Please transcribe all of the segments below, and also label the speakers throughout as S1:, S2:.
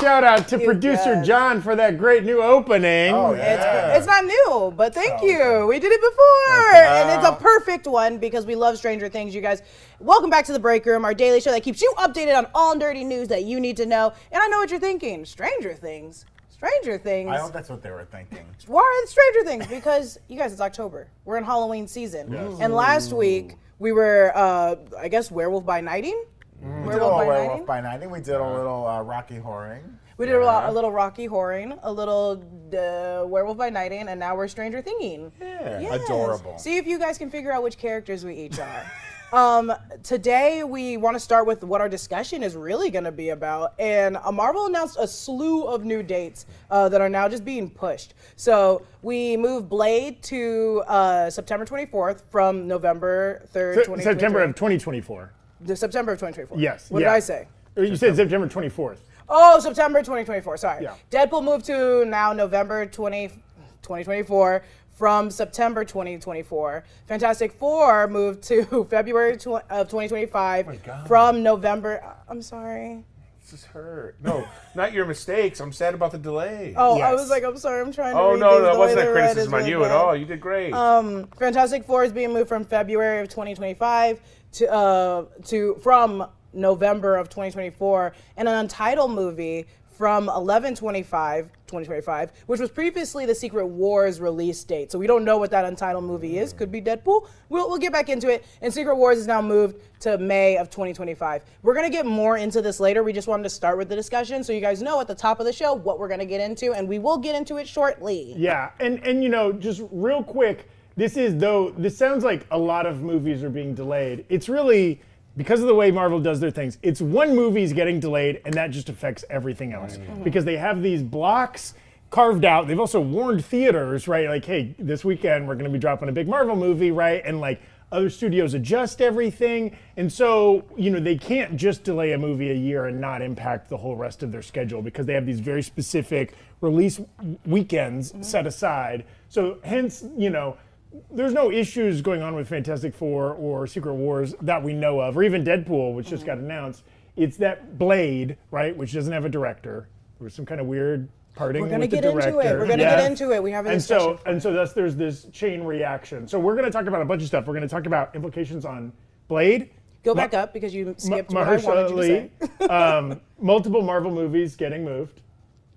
S1: shout out to
S2: you
S1: producer
S2: guys.
S1: John for that great new opening.
S3: Oh, yeah.
S2: It's, it's not new, but thank
S3: Oh,
S2: you.
S3: okay.
S2: We did it before. And it's
S3: Wow.
S2: a perfect one because we love Stranger Things, you guys. Welcome back to the break room, our daily show that keeps you updated on all nerdy news that you need to know. And I know what you're thinking Stranger Things. Stranger Things.
S3: I hope that's what they were thinking.
S2: Why are the Stranger Things? Because you guys, it's October. We're in Halloween season. And last week we were, uh, I guess, Werewolf by Nighting.
S3: We did a little
S2: Nighting?
S3: werewolf by night. I think we did a little uh, Rocky Horroring.
S2: We did a, lot, a little Rocky Horroring, a little uh, Werewolf by Nighting, and now we're Stranger Thinging.
S3: Yeah.
S2: Yes.
S3: Adorable.
S2: See if you guys can figure out which characters we each are. um, today we want to start with what our discussion is really going to be about, and uh, Marvel announced a slew of new dates uh, that are now just being pushed. So we moved Blade to uh, September 24th from November 3rd,
S1: Se-
S2: 2023.
S1: September of 2024.
S2: The September of 2024.
S1: Yes.
S2: What
S1: yeah.
S2: did I say?
S1: You said September 24th.
S2: Oh, September 2024. Sorry.
S1: Yeah.
S2: Deadpool moved to now November 20, 2024 from September 2024. Fantastic Four moved to February tw- of 2025
S4: God.
S2: from November. I'm sorry.
S4: This is hurt. No, not your mistakes. I'm sad about the delay.
S2: Oh, I
S1: Yes.
S2: was like, I'm sorry. I'm trying to.
S4: Oh,
S2: read
S4: no,
S2: these
S4: no,
S2: the
S4: it wasn't
S2: way
S4: a
S2: they're read
S4: criticism
S2: is
S4: on
S2: really
S4: you at
S2: bad.
S4: all. You did great.
S2: Um, Fantastic Four is being moved from February of 2025 to uh, to from November of 2024, and an untitled movie from 1125 2025 which was previously the secret wars release date so we don't know what that untitled movie is could be deadpool we'll, we'll get back into it and secret wars is now moved to may of 2025 we're going to get more into this later we just wanted to start with the discussion so you guys know at the top of the show what we're going to get into and we will get into it shortly
S1: Yeah, and and you know, just real quick, this is though this sounds like a lot of movies are being delayed. It's really because of the way Marvel does their things. It's one movie's getting delayed, and that just affects everything else
S2: Mm-hmm.
S1: because they have these blocks carved out. They've also warned theaters, right? Like, hey, this weekend we're going to be dropping a big Marvel movie, right? And like. Other studios adjust everything, and so you know they can't just delay a movie a year and not impact the whole rest of their schedule because they have these very specific release w- weekends
S2: Mm-hmm.
S1: set aside. So hence, you know, there's no issues going on with Fantastic Four or Secret Wars that we know of, or even Deadpool, which just got
S2: Mm-hmm.
S1: announced. It's that Blade, right, which doesn't have a director. There was some kind of weird parting
S2: We're gonna
S1: with the
S2: get into it.
S1: director.
S2: We're gonna get into it. We have a
S1: and so
S2: discussion for
S1: and so thus there's this chain reaction. So we're gonna talk about a bunch of stuff. We're gonna talk about implications on Blade.
S2: go back up because you skipped
S1: Ma-
S2: what i wanted you to say
S1: Mahershala Ali, um, multiple Marvel movies getting moved.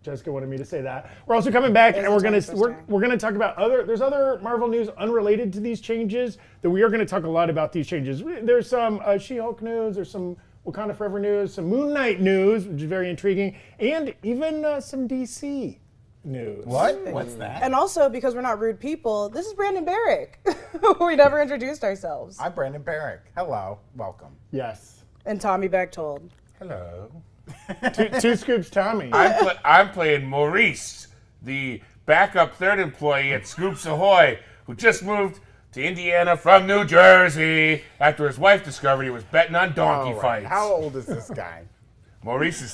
S1: Jessica wanted me to say that. We're also coming back, and
S2: a
S1: we're gonna
S2: 21st
S1: we're,
S2: time.
S1: we're gonna talk about other. There's other Marvel news unrelated to these changes that we are gonna talk a lot about these changes. We- There's some uh, She-Hulk news. There's some Wakanda Forever news. Some Moon Knight news, which is very intriguing, and even uh, some DC news.
S3: What? What's that?
S2: And also because we're not rude people, this is Brandon Barrick. we never introduced ourselves.
S3: I'm Brandon Barrick. Hello. Welcome.
S1: Yes.
S2: And Tommy Bechtold.
S4: Hello.
S1: Two, two scoops, Tommy.
S4: I'm, pla- I'm playing Maurice, the backup third employee at Scoops Ahoy, who just moved to Indiana from New Jersey after his wife discovered he was betting on donkey
S3: All right,
S4: fights.
S3: How old is this guy?
S4: Maurice is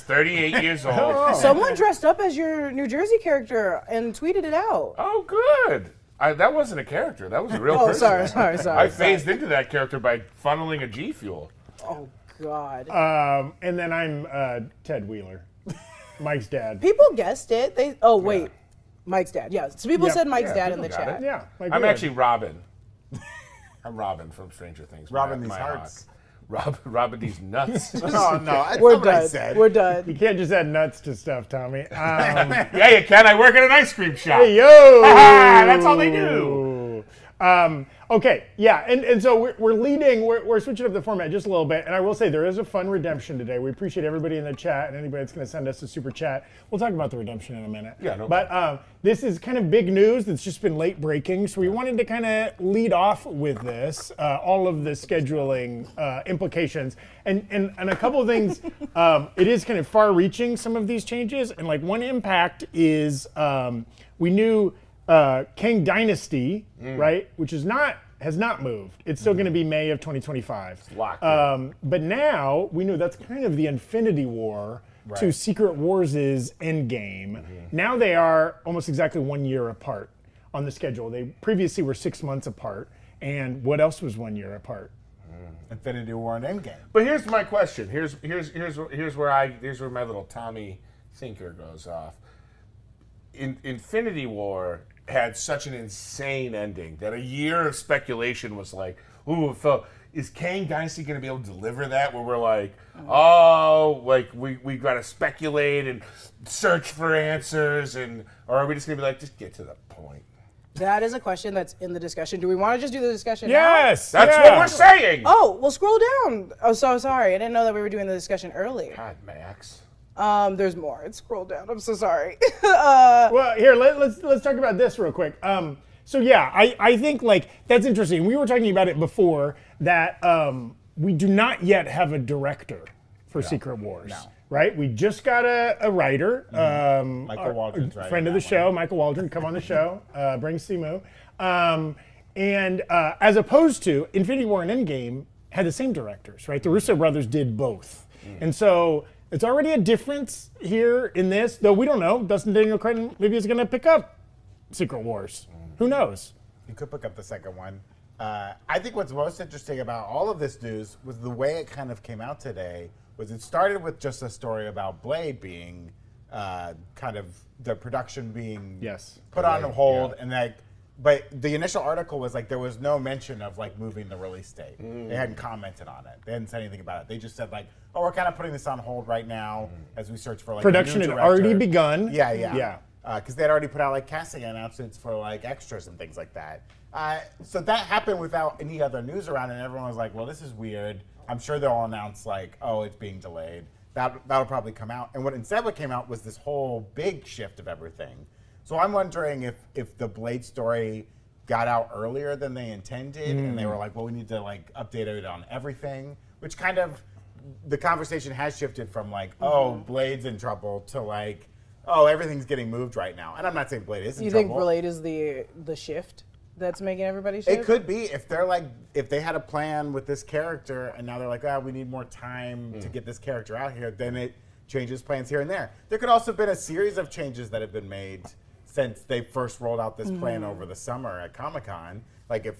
S4: 38 years old.
S2: Someone dressed up as your New Jersey character and tweeted it out.
S4: oh, good. I, that wasn't a character. That was a real
S2: Oh,
S4: person.
S2: sorry, sorry,
S4: I
S2: sorry.
S4: phased into that character by funneling a G Fuel.
S2: Oh God.
S4: Uh,
S1: Um, and then I'm uh, Ted Wheeler, Mike's dad.
S2: people guessed it. They oh wait. Mike's dad. Yeah. So people
S1: Yeah.
S2: said Mike's
S4: Yeah,
S2: dad in the
S4: people got
S2: chat.
S4: it.
S1: Yeah, Mike
S4: I'm
S1: Wheeler.
S4: actually Robin. I'm Robin from Stranger Things.
S3: Robin
S4: My-
S3: these
S4: my
S3: hearts.
S4: hawk. Rob, Robin these nuts.
S3: Oh no, that's
S2: We're
S3: not what I
S2: done.
S3: said.
S2: We're done.
S1: You can't just add nuts to stuff, Tommy. Um,
S4: yeah, you can. I work at an ice cream shop.
S1: hey, yo!
S4: That's all they do.
S1: Um, okay, yeah, and, and so we're, we're leading, we're, we're switching up the format just a little bit, and I will say there is a fun redemption today. We appreciate everybody in the chat and anybody that's going to send us a super chat. We'll talk about the redemption in a minute.
S4: Yeah, no
S1: But um, this is kind of big news that's just been late breaking, so we wanted to kind of lead off with this, uh, all of the scheduling uh, implications, and, and and a couple of things. um, it is kind of far-reaching some of these changes, and like one impact is um, we knew uh, Kang Dynasty, right, which is not has not moved. It's still going to be May of 2025.
S4: locked in.
S1: Um, but now we know that's kind of the Infinity War to
S3: Right.
S1: Secret Wars' Endgame. Now they are almost exactly one year apart on the schedule. They previously were six months apart, and what else was one year apart?
S3: Infinity War and Endgame.
S4: But here's my question. Here's here's here's here's where I here's where my little Tommy thinker goes off. In, Infinity War had such an insane ending that a year of speculation was like, ooh, it felt, is Kang Dynasty going to be able to deliver that? Where we're like, oh, like we, we got to speculate and search for answers, and or are we just going to be like, just get to the point?
S2: That is a question that's in the discussion. Do we want to just do the discussion? now?
S1: Yes,
S4: That's
S1: yeah.
S4: what we're saying.
S2: Oh, well, scroll down. Oh, so sorry. I didn't know that we were doing the discussion earlier.
S4: God, Max.
S2: Um, there's more. It's scroll down. I'm so sorry. Uh,
S1: Well, here let, let's let's talk about this real quick. Um, so yeah, I I think like that's interesting. We were talking about it before that um, we do not yet have a director for Secret Wars,
S3: No.
S1: right? We just got a, a writer, um,
S3: Michael
S1: our-
S3: Waldron's writing
S1: friend of the
S3: that
S1: show, Michael Waldron, come on the show, uh, bring Simu. Um, and uh, as opposed to Infinity War and Endgame had the same directors, right? The Russo brothers did both,
S3: Mm.
S1: and so it's already a difference here in this. Though we don't know, Dustin Daniel Cretton maybe is going to pick up Secret Wars.
S3: Mm.
S1: Who knows?
S3: You could pick up the second one. Uh, I think what's most interesting about all of this news was the way it kind of came out today. Was it started with just a story about Blade being uh, kind of the production being
S1: Yes.
S3: put on hold, and like, but the initial article was like there was no mention of like moving the release date.
S1: Mm.
S3: They hadn't commented on it. They hadn't said anything about it. They just said like, oh, we're kind of putting this on hold right now as we search for like a new
S1: Mm. Production had already
S3: director.
S1: begun.
S3: Yeah, yeah,
S1: yeah.
S3: Because they had already put out like casting announcements for like extras and things like that. Uh, so that happened without any other news around, and everyone was like, "Well, this is weird." I'm sure they'll announce like, "Oh, it's being delayed." That that'll probably come out. And what instead what came out was this whole big shift of everything. So I'm wondering if if the Blade story got out earlier than they intended, and they were like, "Well, we need to like update it on everything," which kind of the conversation has shifted from like, "Oh, Blade's in trouble," to like, "Oh, everything's getting moved right now." And I'm not saying Blade is in
S2: you
S3: trouble.
S2: think Blade is the the shift that's making everybody shift?
S3: It could be if they're like if they had a plan with this character and now they're like, ah, we need more time to get this character out here, then it changes plans here and there. There could also have been a series of changes that have been made since they first rolled out this plan
S2: Mm.
S3: over the summer at Comic Con. Like if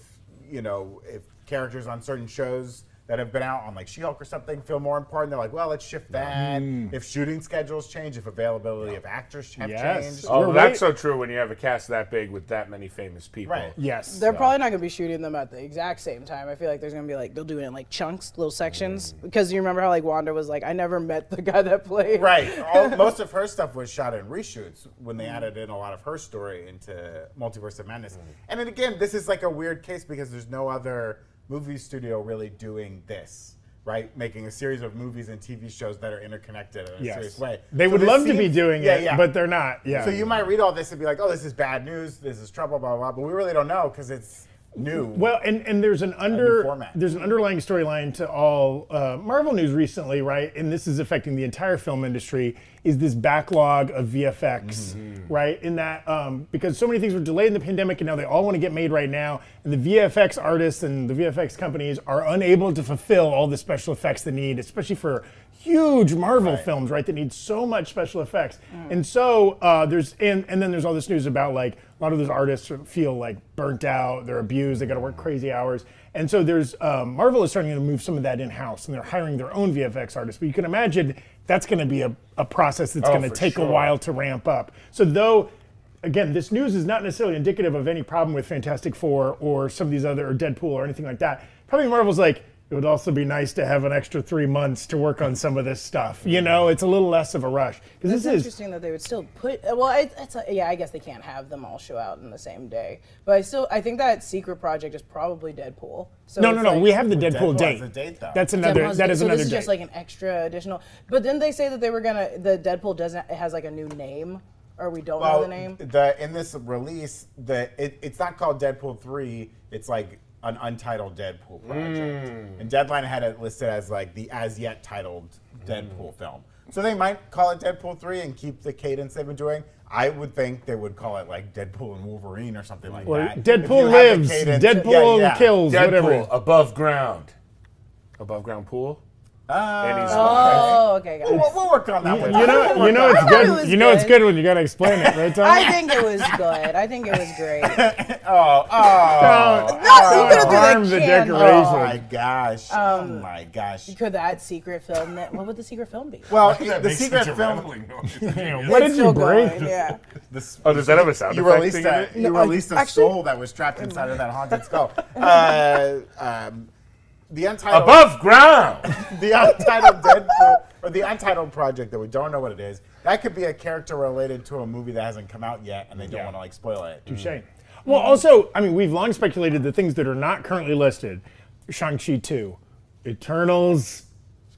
S3: you know, if characters on certain shows that have been out on like She-Hulk or something feel more important, they're like, well, let's shift that. If shooting schedules change, if availability of actors have
S1: Yes.
S3: changed.
S1: Oh,
S4: Oh,
S1: We're
S4: that's
S1: wait-
S4: so true when you have a cast that big with that many famous people.
S3: Right.
S1: Yes.
S2: They're probably not going to be shooting them at the exact same time. I feel like there's going to be like they'll do it in like chunks, little sections.
S1: Mm.
S2: Because you remember how like Wanda was like, I never met the guy that played.
S3: Right. All, most of her stuff was shot in reshoots when they added in a lot of her story into Multiverse of Madness.
S1: Mm-hmm.
S3: And then again, this is like a weird case because there's no other movie studio really doing this, right? Making a series of movies and TV shows that are interconnected in a serious
S1: Yes.
S3: way.
S1: They
S3: So
S1: would
S3: this
S1: love to be
S3: seems-
S1: doing
S3: Yeah,
S1: it,
S3: yeah.
S1: but they're not. Yeah.
S3: So you might read all this and be like, oh, this is bad news, this is trouble, blah, blah, blah. But we really don't know because it's new.
S1: Well, and, and there's an under
S3: format.
S1: there's an underlying storyline to all uh, Marvel news recently, right? And this is affecting the entire film industry. Is this backlog of VFX, right? In that um, because so many things were delayed in the pandemic, and now they all want to get made right now, and the VFX artists and the VFX companies are unable to fulfill all the special effects they need, especially for huge Marvel films, right? That need so much special effects, and so uh, there's and and then there's all this news about like a lot of those artists are- feel like burnt out, they're abused, they got to work crazy hours, and so there's um, Marvel is starting to move some of that in house, and they're hiring their own VFX artists. But you can imagine that's going to be a, a process that's
S4: Oh,
S1: going to
S4: for
S1: take a
S4: sure.
S1: while to ramp up. So though. Again, this news is not necessarily indicative of any problem with Fantastic Four or some of these other, or Deadpool or anything like that. Probably Marvel's like, it would also be nice to have an extra three months to work on some of this stuff. You know, it's a little less of a rush because
S2: It's
S1: this is
S2: interesting that they would still put. uh, Well, it, it's a, yeah, I guess they can't have them all show out in the same day. But I still, I think that secret project is probably Deadpool. So
S1: no,
S2: it's
S1: no, no.
S2: like-
S1: we have the Deadpool,
S3: Deadpool
S1: date.
S3: has a date, though.
S1: That's another.
S2: Deadpool's-
S1: that is
S2: so
S1: another
S2: This is
S1: date.
S2: just like an extra additional. But didn't they say that they were gonna? The Deadpool doesn't. It has like a new name, or we don't know the name.
S3: the- in this release, the it, it's not called Deadpool three. It's like an untitled Deadpool project,
S1: Hmm.
S3: and Deadline had it listed as like the as yet titled
S1: Hmm.
S3: Deadpool film. So they might call it Deadpool three and keep the cadence they've been doing. I would think they would call it like Deadpool and Wolverine or something like
S1: Or
S3: that. If you
S1: Deadpool
S3: have the
S1: lives.
S3: cadence-
S1: Deadpool
S3: Yeah, yeah.
S1: kills.
S4: Deadpool
S1: Whatever.
S4: above ground. Above ground pool?
S3: Ah.
S4: and he's
S2: Oh, okay, guys.
S3: We'll, we'll work on that one.
S1: You know, you know it's
S2: I thought it
S1: good.
S2: was
S1: you know it's
S2: good.
S1: good when you gotta explain it, right, Tom?
S2: I think it was good. I think it was great.
S3: Oh, oh,
S1: Don't-
S2: No, you could have
S1: Don't harm
S2: done
S1: the
S2: the
S1: decoration.
S2: candle.
S3: oh my gosh. oh my gosh.
S2: Um, Could that secret film? That, what would the secret film be?
S3: Well,
S4: That
S3: the
S4: makes
S3: secret
S4: such a
S3: film.
S4: rattling noise.
S1: what did
S2: It's
S1: you
S2: still
S1: bring?
S2: going, Yeah.
S3: This,
S4: oh, does that have a sound
S3: you
S4: effect
S3: released
S4: thing in
S3: a,
S4: it?
S3: you
S2: No, I-
S3: released a
S2: actually-
S3: soul that was trapped inside of that haunted skull. Uh, um, the untitled
S4: Above ground.
S3: the untitled Deadpool or the untitled project that we don't know what it is. That could be a character related to a movie that hasn't come out yet, and they don't
S1: Yeah. Mm-hmm.
S3: want to like spoil it.
S1: Shame. Well, also, I mean, we've long speculated the things that are not currently listed: Shang-Chi two, Eternals,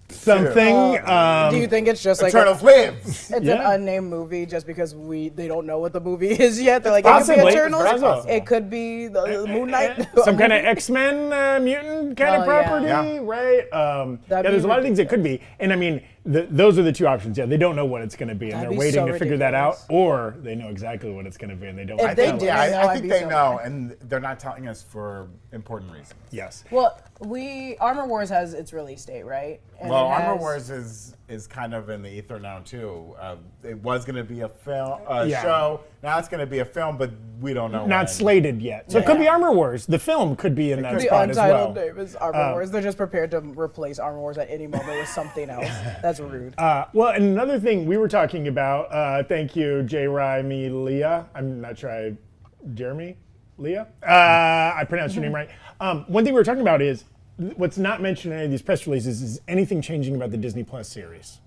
S1: something. Um,
S2: Do you think it's just like a-
S3: Eternals lives.
S2: it's
S1: Yeah.
S2: an unnamed movie just because we they don't know what the movie is yet? They're like it could
S1: possibly.
S2: be
S1: It's
S2: Eternals.
S1: possible.
S2: It could be the Moon Knight.
S1: some kind of X-Men uh, mutant kind
S2: Oh, yeah.
S1: of property,
S3: Yeah.
S1: right? Um, yeah,
S2: That'd be
S1: there's a lot of things it could be, and I mean, th those are the two options. Yeah, they don't know what it's going to be, and
S2: That'd
S1: they're
S2: be
S1: waiting
S2: so
S1: to figure that out,
S2: ridiculous.
S1: or they know exactly what it's going to be, and they don't.
S2: If
S1: want to
S2: they
S1: tell
S2: do-
S1: us.
S3: yeah,
S2: know,
S3: I, I
S2: I'd
S3: think
S2: be
S3: they
S2: so
S3: know, and they're not telling us for important reasons.
S1: yes.
S2: Well, we Armor Wars has its release date, right? And
S3: Well,
S2: it has-
S3: Armor Wars is is kind of in the ether now too. Uh, it was going to be a film, a
S1: Yeah.
S3: show. Now it's going to be a film, but we don't know. when.
S1: Not slated yet, so it could be Armor Wars. The film could be in that
S3: could
S2: The
S3: be
S1: spot as well. Um,
S2: untitled name is Armor Wars. They're just prepared to replace Armor Wars at any moment with something else. That's rude.
S1: Uh, well, and another thing we were talking about, uh, thank you, J. Rami Leah. I'm not sure I, Jeremy Leah? Uh, I pronounced your name right.
S3: Mm-hmm.
S1: Um, one thing we were talking about is th- what's not mentioned in any of these press releases is anything changing about the Disney Plus series.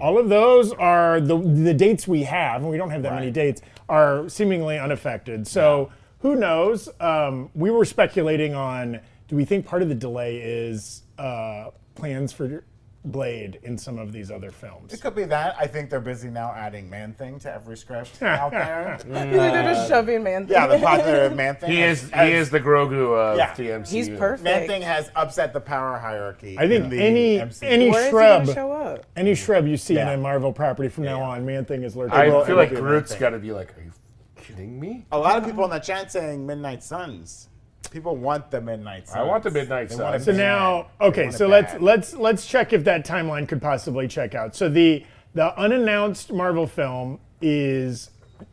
S1: All of those are the, the dates we have, and we don't have that many
S3: Right.
S1: dates, are seemingly unaffected. So who knows? Um, we were speculating on do we think part of the delay is uh, plans for Blade in some of these other films?
S3: It could be that. I think they're busy now adding Man Thing to every script out there.
S4: Mm.
S2: They're just shoving man.
S3: Uh, yeah, the popular Man Thing.
S4: He
S3: has-
S4: is
S3: has-
S4: he is the Grogu of
S3: Yeah.
S4: the MCU.
S2: He's perfect.
S3: Man Thing has upset the power hierarchy.
S1: I
S3: in
S1: think
S3: the
S1: any
S3: MCU.
S1: any
S2: Where is he
S1: shrub
S2: gonna show up?
S1: any shrub you see
S3: Yeah.
S1: in a Marvel property from now on, Man Thing is lurking.
S4: I
S1: Well,
S4: feel
S3: it
S4: like
S3: would be
S4: Groot's
S3: amazing.
S4: got to be like, are you kidding me?
S3: A lot of people in the chat saying Midnight Suns. People want the Midnight Suns.
S4: I want the Midnight
S3: They want
S4: Suns.
S3: it
S1: So
S3: bad.
S1: now,
S3: They
S1: okay,
S3: want it
S1: so let's
S3: bad.
S1: let's let's check if that timeline could possibly check out. So the the unannounced Marvel film is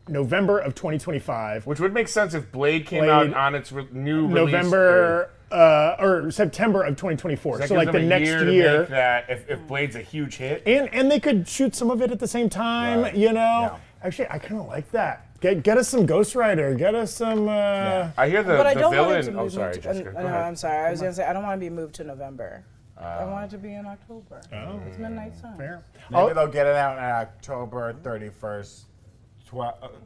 S1: November of 2025.
S4: Which would make sense if Blade came
S1: Blade-
S4: out on its re- new release date.
S1: November uh, or September of 2024.
S4: That
S1: So
S4: gives
S1: like
S4: them
S1: the
S4: a
S1: next
S4: year,
S1: year.
S4: to make that if, if Blade's a huge hit.
S1: And and they could shoot some of it at the same time,
S3: Right.
S1: you know.
S3: Yeah.
S1: Actually, I kind of like that. Get get us some Ghost Rider. Get us some. Uh,
S4: I hear the,
S2: But I
S4: the
S2: don't want it to
S4: villain.
S2: be
S4: Oh,
S2: moved
S4: sorry,
S2: to-
S4: Jessica.
S2: uh,
S4: go
S2: no,
S4: ahead. Uh,
S2: I'm sorry. I was gonna say I don't want to be moved to November. I want it to be in October.
S4: Oh.
S2: It's midnight sun.
S1: fair.
S3: Maybe they'll get it out on October uh, 31st,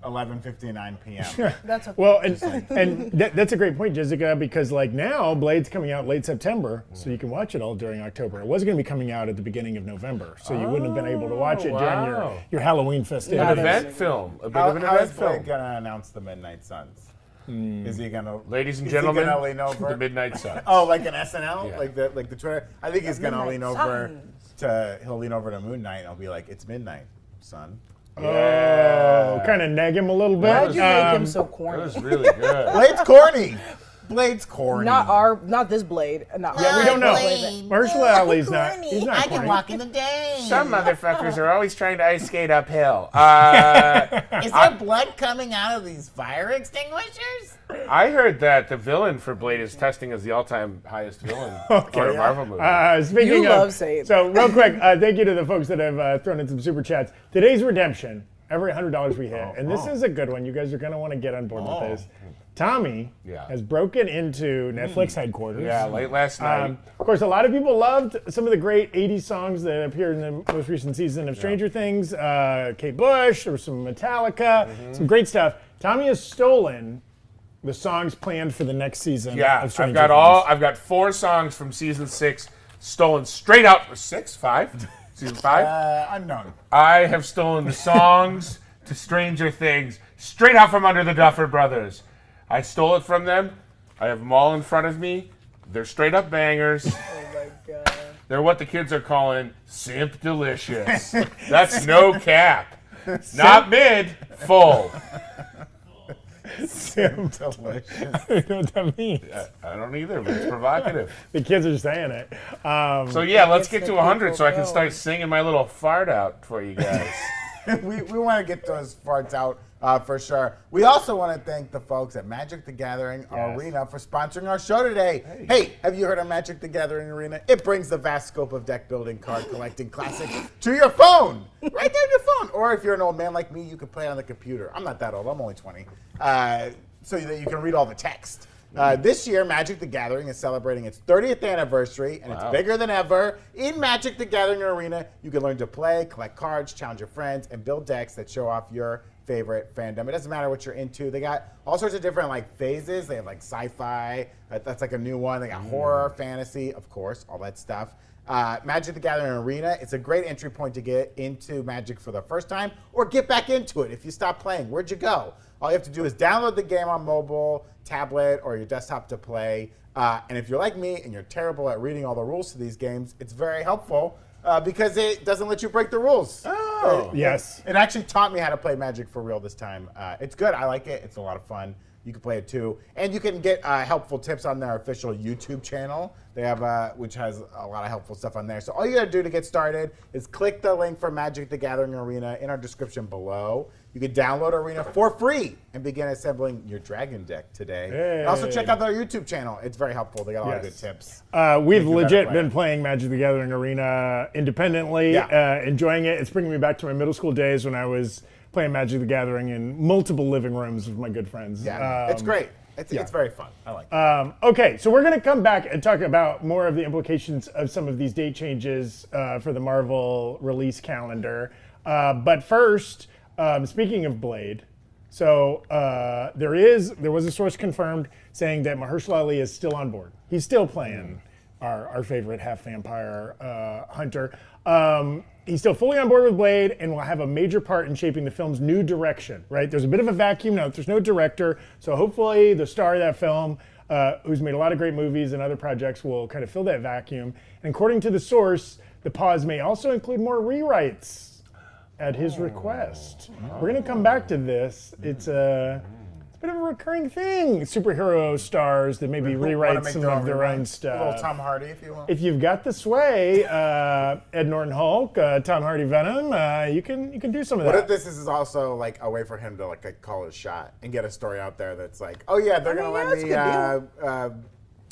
S3: 11:59 p.m.
S2: That's okay.
S1: Well, and and that, that's a great point, Jessica, because like now Blade's coming out late September, so you can watch it all during October. It was going to be coming out at the beginning of November, so you wouldn't have been able to watch it during
S4: wow.
S1: your, your Halloween festivities.
S4: An
S2: Not
S4: event film. A bit
S3: How,
S4: of an
S3: how is
S4: event
S3: Blake
S4: film.
S3: gonna announce the Midnight Suns?
S1: Hmm.
S3: Is he gonna?
S4: Ladies and
S3: is he
S4: gentlemen,
S3: gonna lean over?
S4: the Midnight Suns.
S3: Oh, like an SNL,
S4: Yeah.
S3: like the like the Twitter. I think he's gonna lean
S2: Midnight
S3: over
S2: Suns.
S3: to he'll lean over to Moon Knight and he'll be like, "It's midnight, son."
S1: Oh, kind of nag him a little bit.
S2: Why'd you
S1: Um,
S2: make him so
S4: That
S2: corny?
S4: was really good.
S3: Blade's corny. Blade's corny.
S2: Not our, not this blade. Not
S1: we don't know.
S2: Blade.
S1: Marshall Alley's not. He's not.
S5: I can
S1: corny.
S5: walk in the day.
S4: Some motherfuckers are always trying to ice skate uphill. Uh,
S5: Is there blood coming out of these fire extinguishers?
S4: I heard that the villain for Blade is testing as the all-time highest villain for a
S1: yeah.
S4: Marvel movie.
S1: Uh, speaking
S2: You
S1: of,
S2: love saying
S1: so real quick, uh, thank you to the folks that have uh, thrown in some super chats. Today's redemption, every hundred dollars we hit,
S4: Oh,
S1: and this is a good one. You guys are gonna want to get on board
S3: Oh.
S1: with this. Tommy
S4: Yeah. Hmm.
S1: has broken into Netflix headquarters.
S4: yeah, late last night.
S1: Um, of course, a lot of people loved some of the great 80s songs that appeared in the most recent season of Stranger Things. Uh, Kate Bush, there was some Metallica,
S4: Mm-hmm.
S1: some great stuff. Tommy has stolen the songs planned for the next season
S4: Yeah,
S1: of
S4: I've
S1: Stranger
S4: got
S1: Things.
S4: all. I've got four songs from season six stolen straight out. Six, five, season five.
S3: uh, unknown.
S4: I have stolen the songs to Stranger Things straight out from under the Duffer Brothers. I stole it from them. I have them all in front of me. They're straight up bangers.
S2: Oh my god.
S4: They're what the kids are calling simp delicious. That's no cap. Not mid, full.
S1: Sim.
S3: Delicious.
S1: I don't know what that means.
S4: I don't either, but it's provocative.
S1: The kids are saying it. Um,
S4: So yeah, let's get
S2: the
S4: to 100 so I can
S2: people
S4: start singing my little fart out for you guys.
S3: we we want to get those farts out uh, for sure. We also want to thank the folks at Magic the Gathering
S1: Yes.
S3: Arena for sponsoring our show today. Hey. have you heard of Magic the Gathering Arena? It brings the vast scope of deck building, card collecting, classics to your phone, right there on your phone. Or if you're an old man like me, you can play on the computer. I'm not that old. I'm only 20. Uh, so that you can read all the text. Uh,
S5: Mm-hmm.
S3: this year, Magic the Gathering is celebrating its 30th anniversary, and
S4: Wow.
S3: it's bigger than ever. In Magic the Gathering Arena, you can learn to play, collect cards, challenge your friends, and build decks that show off your favorite fandom. It doesn't matter what you're into. They got all sorts of different like phases. They have like sci-fi. that- That's like a new one. They got horror, fantasy, of course, all that stuff. Uh, Magic the Gathering Arena. It's a great entry point to get into Magic for the first time, or get back into it if you stop playing. Where'd you go? All you have to do is download the game on mobile, tablet, or your desktop to play. Uh, and if you're like me and you're terrible at reading all the rules to these games, it's very helpful uh, because it doesn't let you break the rules. Oh,
S1: Yes.
S3: It actually taught me how to play Magic for real this time. Uh, it's good. I like it. It's a lot of fun. You can play it too, and you can get uh, helpful tips on their official YouTube channel. They have, uh, which has a lot of helpful stuff on there. So all you gotta do to get started is click the link for Magic: The Gathering Arena in our description below. You can download Arena for free and begin assembling your dragon deck today. And also
S1: Hey.
S3: check out their YouTube channel. It's very helpful. They got a lot of
S1: Yes.
S3: good tips.
S1: Uh, we've
S3: you better
S1: legit
S3: player.
S1: been playing Magic the Gathering Arena independently,
S3: Yeah.
S1: uh, enjoying it. It's bringing me back to my middle school days when I was playing Magic the Gathering in multiple living rooms with my good friends.
S3: Yeah, it's
S1: Um,
S3: great. It's,
S1: yeah.
S3: it's very fun. I like it.
S1: Um, okay, so we're going to come back and talk about more of the implications of some of these date changes uh, for the Marvel release calendar. Uh, but first, um, speaking of Blade, so uh, there is there was a source confirmed saying that Mahershala Ali is still on board. He's still playing
S3: Hmm.
S1: our, our favorite half vampire uh, hunter. Um, he's still fully on board with Blade and will have a major part in shaping the film's new direction, right? There's a bit of a vacuum now that there's no director, so hopefully the star of that film, uh, who's made a lot of great movies and other projects, will kind of fill that vacuum. And according to the source, the pause may also include more rewrites at
S3: Oh.
S1: his request. We're going to come back to this. It's a. it's a Bit of a recurring thing. Superhero stars that maybe
S3: Wanna
S1: rewrite
S3: make
S1: some of their own
S3: rewrites?
S1: stuff
S3: A little Tom Hardy, if you want.
S1: if you've got the sway, uh, Ed Norton Hulk, uh, Tom Hardy Venom, uh, you can you can do some of
S3: What
S1: that.
S3: if this is also like a way for him to like, like, call his shot and get a story out there that's like, oh yeah, they're
S2: I mean,
S3: gonna
S2: yeah, that's
S3: let me uh,
S2: a
S3: uh,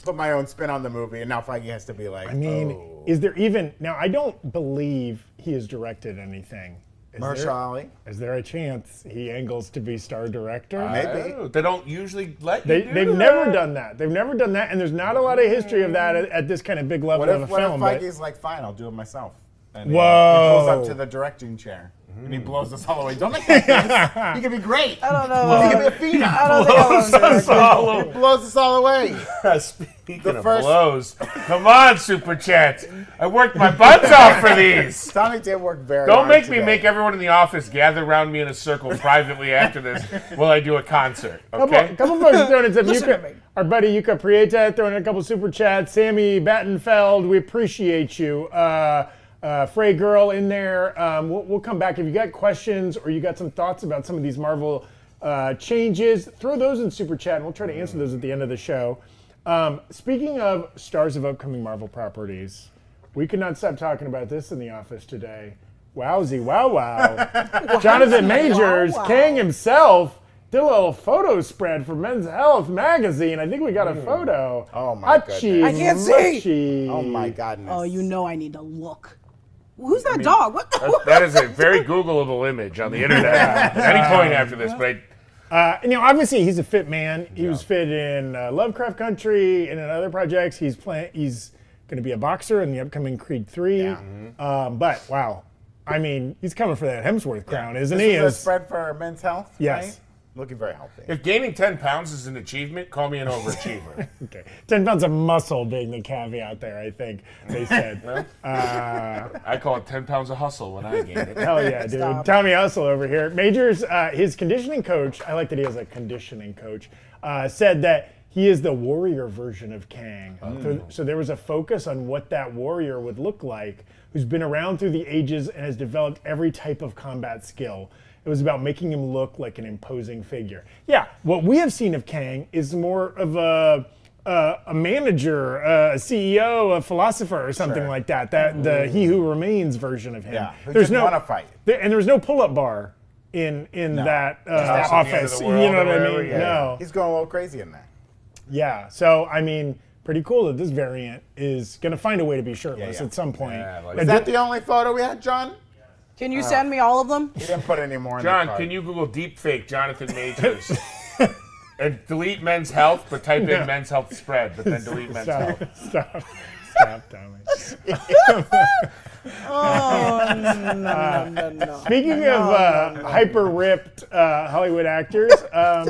S3: put my own spin on the movie, and now Feige has to be like,
S1: I mean,
S3: oh.
S1: is there even now? I don't believe he has directed anything. Is
S3: Mahershala
S1: there,
S3: Ali?
S1: is there a chance he angles to be star director?
S3: Maybe.
S4: Oh, they don't usually let you
S1: they,
S4: do
S1: they've
S4: that.
S1: never done that. They've never done that, and there's not a lot of history of that at, at this kind of big level
S3: What
S1: of a
S3: if what
S1: film.
S3: if
S1: but-
S3: Feige's like, fine, I'll do it myself. And
S1: Whoa.
S3: He, he pulls up to the directing chair and he blows us all away. Don't make that face. You can be great.
S2: I don't know.
S3: You can be a
S2: I
S3: phenom.
S2: don't think I want to
S4: That's all of-
S3: Blows us all away.
S4: Speaking
S3: The
S4: of
S3: first-
S4: blows, come on, Super Chat. I worked my butts off for these.
S3: Tommy did work very.
S4: Don't
S3: hard
S4: make me
S3: today.
S4: make everyone in the office gather around me in a circle privately after this while I do a concert.
S1: couple,
S4: Okay?
S1: couple folks are throwing in some.
S2: Listen
S1: Yuka-
S2: to me.
S1: our buddy Yuka Prieta throwing in a couple super chats. Sammy Battenfeld, we appreciate you. Uh, uh, Frey Girl in there. Um, we'll, we'll come back if you got questions or you got some thoughts about some of these Marvel uh, changes. Throw those in super chat, and we'll try to answer those at the end of the show. Um, speaking of stars of upcoming Marvel properties, we could not stop talking about this in the office today. Wowsy, wow, wow. Jonathan Majors,
S2: Wow, wow.
S1: Kang himself, did a little photo spread for Men's Health magazine. I think we got a photo.
S3: Oh, my goodness.
S2: I can't see.
S1: muchi.
S3: Oh my goodness.
S2: Oh, you know I need to look. Who's that dog? What the?
S4: That- that is a very Googleable image on the internet at any point after this, but I,
S1: Uh, you know, obviously he's a fit man. He was fit in uh, Lovecraft Country and in other projects. He's playing. He's going to be a boxer in the upcoming Creed Three. Um, but wow, I mean, he's coming for that Hemsworth crown, isn't
S3: This
S1: he?
S3: is a
S1: Is-
S3: spread for men's health.
S1: Yes.
S3: right? Looking very healthy.
S4: if gaining 10 pounds is an achievement, call me an overachiever.
S1: okay, ten pounds of muscle being the caveat there. I think they said.
S4: I call it 10 pounds of hustle when I gain it.
S1: Hell yeah, dude. Tommy Hustle over here. Majors, uh, his conditioning coach, I like that he has a conditioning coach, uh, said that he is the warrior version of Kang. So, so there was a focus on what that warrior would look like, who's been around through the ages and has developed every type of combat skill. It was about making him look like an imposing figure. Yeah, what we have seen of Kang is more of a uh, a manager, uh, a CEO, a philosopher, or something
S3: Sure.
S1: like that. That the He Who Remains version of him.
S3: Yeah, who just wanna fight.
S1: there- and there was no pull-up bar in in that uh,
S4: Just at the end of
S1: office.
S4: the
S1: you
S4: world
S1: know
S4: or
S1: what I
S4: whatever,
S1: mean?
S4: yeah.
S1: No.
S3: He's going a little crazy in that.
S1: Yeah. So I mean, pretty cool that this variant is gonna find a way to be shirtless
S3: yeah.
S1: at some point.
S4: Yeah, I like
S1: And
S3: Is that the only photo we had, John?
S2: Can you send me all of them?
S3: He didn't put any more in the
S4: John,
S3: card.
S4: can you Google deepfake Jonathan Majors and delete men's health, but type in men's health spread, but then delete men's health?
S1: Stop. Stop. Stop, Tommy.
S2: Oh, No, no, no.
S1: Speaking of uh, hyper ripped uh, Hollywood actors, um,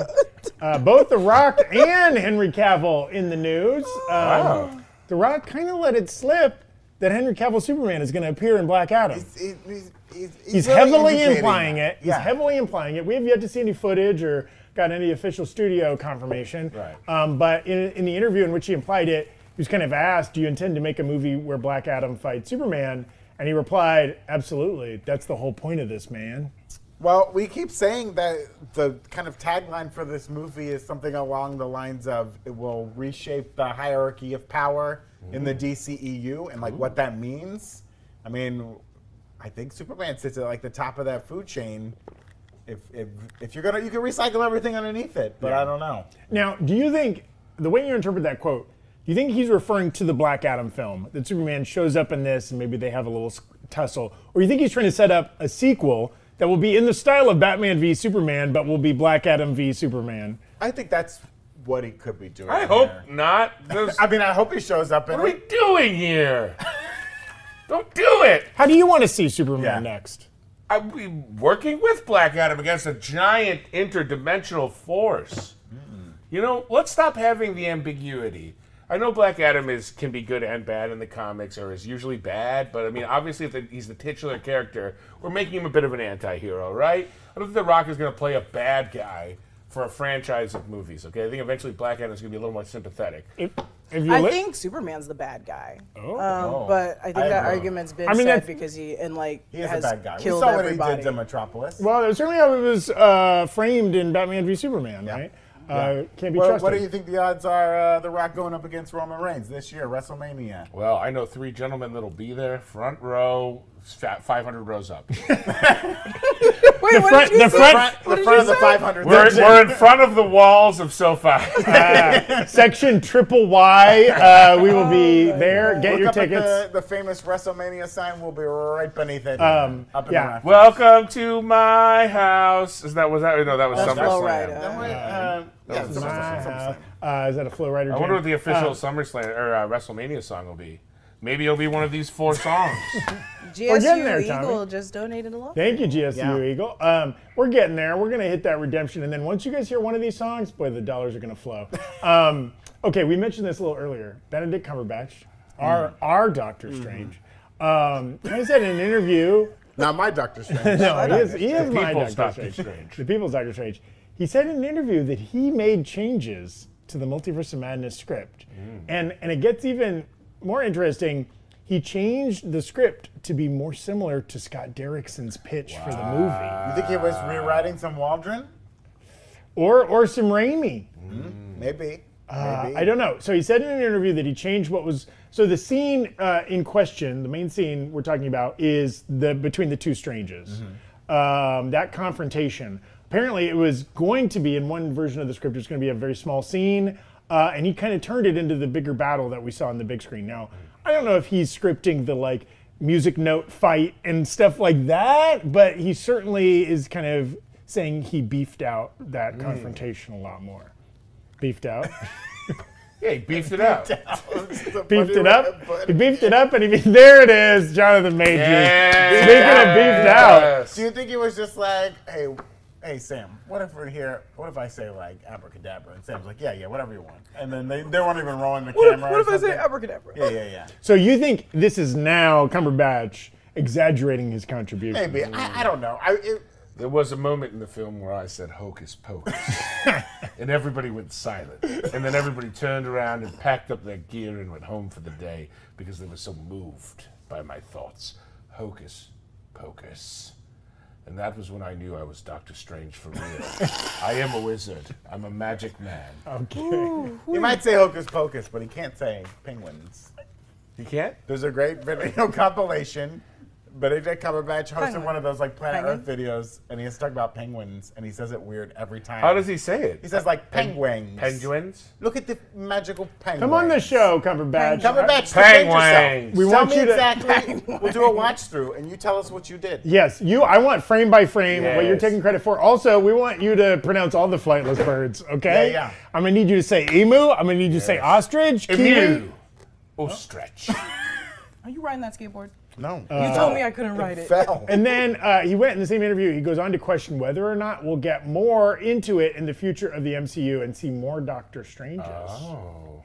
S1: uh, both The Rock and Henry Cavill in the news. Um,
S4: Wow.
S1: The Rock kind of let it slip that Henry Cavill Superman is going to appear in Black Adam.
S3: He's, he's, he's,
S1: He's
S3: really
S1: heavily
S3: indicating
S1: implying
S3: that.
S1: it. He's heavily implying it. We have yet to see any footage or got any official studio confirmation.
S3: Right.
S1: Um, but in, in the interview in which he implied it, he was kind of asked, "Do you intend to make a movie where Black Adam fights Superman?" And he replied, "Absolutely. That's the whole point of this, man."
S3: Well, we keep saying that the kind of tagline for this movie is something along the lines of it will reshape the hierarchy of power
S1: Mm-hmm.
S3: in the DCEU and like what that means. I mean, I think Superman sits at like the top of that food chain. If, if, if you're gonna, you can recycle everything underneath it, but I don't know.
S1: Now, do you think the way you interpret that quote? Do you think he's referring to the Black Adam film that Superman shows up in this, and maybe they have a little s- tussle, or you think he's trying to set up a sequel that will be in the style of Batman v Superman, but will be Black Adam v Superman?
S3: I think that's what he could be doing.
S4: I hope
S3: here.
S4: not. Those-
S3: I mean, I hope he shows up and
S4: what are we doing here? Don't do it.
S1: How do you want to see Superman
S3: Yeah.
S1: next?
S4: Are we working with Black Adam against a giant interdimensional force? You know, let's stop having the ambiguity. I know Black Adam is can be good and bad in the comics, or is usually bad, but I mean, obviously, if the, he's the titular character, we're making him a bit of an anti-hero, right? I don't think The Rock is going to play a bad guy for a franchise of movies. Okay, I think eventually Black Adam is going to be a little more sympathetic.
S1: If, if you
S2: I
S1: li-
S2: think Superman's the bad guy.
S1: Oh.
S2: Um, But I think
S3: I
S2: that
S3: agree.
S2: argument's been
S1: I mean,
S2: said
S1: that's-
S2: because he and like
S3: He is
S2: has
S3: a bad guy. We
S2: killed
S3: saw what
S2: everybody.
S3: he did to Metropolis.
S1: well, that's certainly how it was uh, framed in Batman v Superman, right? Uh, can't be
S3: Well,
S1: trusted.
S3: what do you think the odds are? Uh, the Rock going up against Roman Reigns this year, WrestleMania.
S4: Well, I know three gentlemen that'll be there, front row, fa- 500 rows up.
S2: Wait, what
S1: front-
S2: did you
S1: the
S2: say?
S1: front-
S3: Front,
S2: What
S3: the
S2: did
S3: front
S2: you
S3: of the
S2: say?
S3: 500.
S4: We're, we're in front of the walls of SoFi.
S1: Uh, Section triple Y, uh, we will be there. Get
S3: Look
S1: your
S3: up at
S1: tickets.
S3: The, the famous WrestleMania sign will be right beneath it.
S1: Um,
S3: up in
S1: yeah.
S3: the rafters.
S4: Welcome to my house. Is that was that? No, that was
S2: That's Flow
S4: SummerSlam.
S2: Rider.
S3: Then we- uh, yeah,
S4: was
S3: SummerSlam,
S1: Uh,
S3: SummerSlam.
S1: uh, is that a Flow Rider?
S4: I wonder what the official SummerSlam or uh, WrestleMania song will be. Maybe it'll be one of these four songs.
S1: We're getting
S2: GSU
S1: Oh, there, Tommy.
S2: Eagle just donated a lot.
S1: Thank you, GSU
S3: Yeah.
S1: Eagle. Um, we're getting there. We're gonna hit that redemption, and then once you guys hear one of these songs, boy, the dollars are gonna flow. Um, okay, we mentioned this a little earlier. Benedict Cumberbatch,
S4: Mm.
S1: our our Doctor Strange. Um, I said in an interview.
S3: Not my Doctor Strange.
S1: No, Uh, he is, he is my
S4: people's
S1: Doctor
S4: Doctor
S1: Strange.
S4: Strange.
S1: The people's Doctor Strange. He said in an interview that he made changes to the Multiverse of Madness script,
S4: Mm.
S1: and and it gets even more interesting. He changed the script to be more similar to Scott Derrickson's pitch for the movie,
S3: You think he was rewriting some Waldron?
S1: or or some Raimi.
S3: Maybe. Maybe.
S1: Uh, I don't know. So he said in an interview that he changed what was so the scene uh, in question, the main scene we're talking about is the between the two strangers, um, that confrontation. Apparently, it was going to be in one version of the script. It's going to be a very small scene, uh, and he kind of turned it into the bigger battle that we saw on the big screen. Now, I don't know if he's scripting the like music note fight and stuff like that, but he certainly is kind of saying he beefed out that confrontation a lot more. Beefed out.
S4: yeah, he beefed it out.
S1: beefed it up. He beefed it up, and he be- there it is, Jonathan Majors.
S4: Yeah.
S1: Speaking of beefed out,
S3: Do you think he was just like, hey, hey Sam, what if we're here? What if I say like abracadabra? And Sam's like, yeah, yeah, whatever you want. And then they, they weren't even rolling the
S2: What,
S3: camera.
S2: what
S3: or
S2: if I say
S3: something.
S2: abracadabra?
S3: Yeah, yeah, yeah.
S1: so you think this is now Cumberbatch exaggerating his contribution?
S3: Maybe I, I don't know. I it,
S4: There was a moment in the film where I said hocus pocus, and everybody went silent, and then everybody turned around and packed up their gear and went home for the day because they were so moved by my thoughts. Hocus pocus. And that was when I knew I was Doctor Strange for real. I am a wizard. I'm a magic man.
S2: Hmm.
S3: He might say hocus pocus, but he can't say penguins.
S4: You can't?
S3: There's a great video compilation. Benedict Cumberbatch hosted
S2: Penguin.
S3: one of those like Planet
S2: Penguin.
S3: Earth videos, and he has to talk about penguins, and he says it weird every time.
S4: How does he say it?
S3: He says like penguins.
S4: Penguins?
S3: Look at the magical penguins.
S1: Come on the show, Cumberbatch.
S3: Cumberbatch,
S4: Penguins.
S3: penguins.
S1: We
S3: tell
S1: want
S3: me
S1: you to-
S3: exactly. We'll do a watch through, and you tell us what you did.
S1: Yes, you. I want frame by frame what you're
S4: Yes.
S1: taking credit for. Also, we want you to pronounce all the flightless birds. Okay.
S3: Yeah, yeah.
S1: I'm gonna need you to say emu. I'm gonna need you to say ostrich. Kiwi.
S4: Emu. Oh. Ostrich.
S2: Are you riding that skateboard?
S3: No.
S1: Uh,
S2: You told me I couldn't ride it.
S3: fell.
S1: And then uh, he went in the same interview. He goes on to question whether or not we'll get more into it in the future of the MCU and see more Doctor Stranges.
S4: Oh,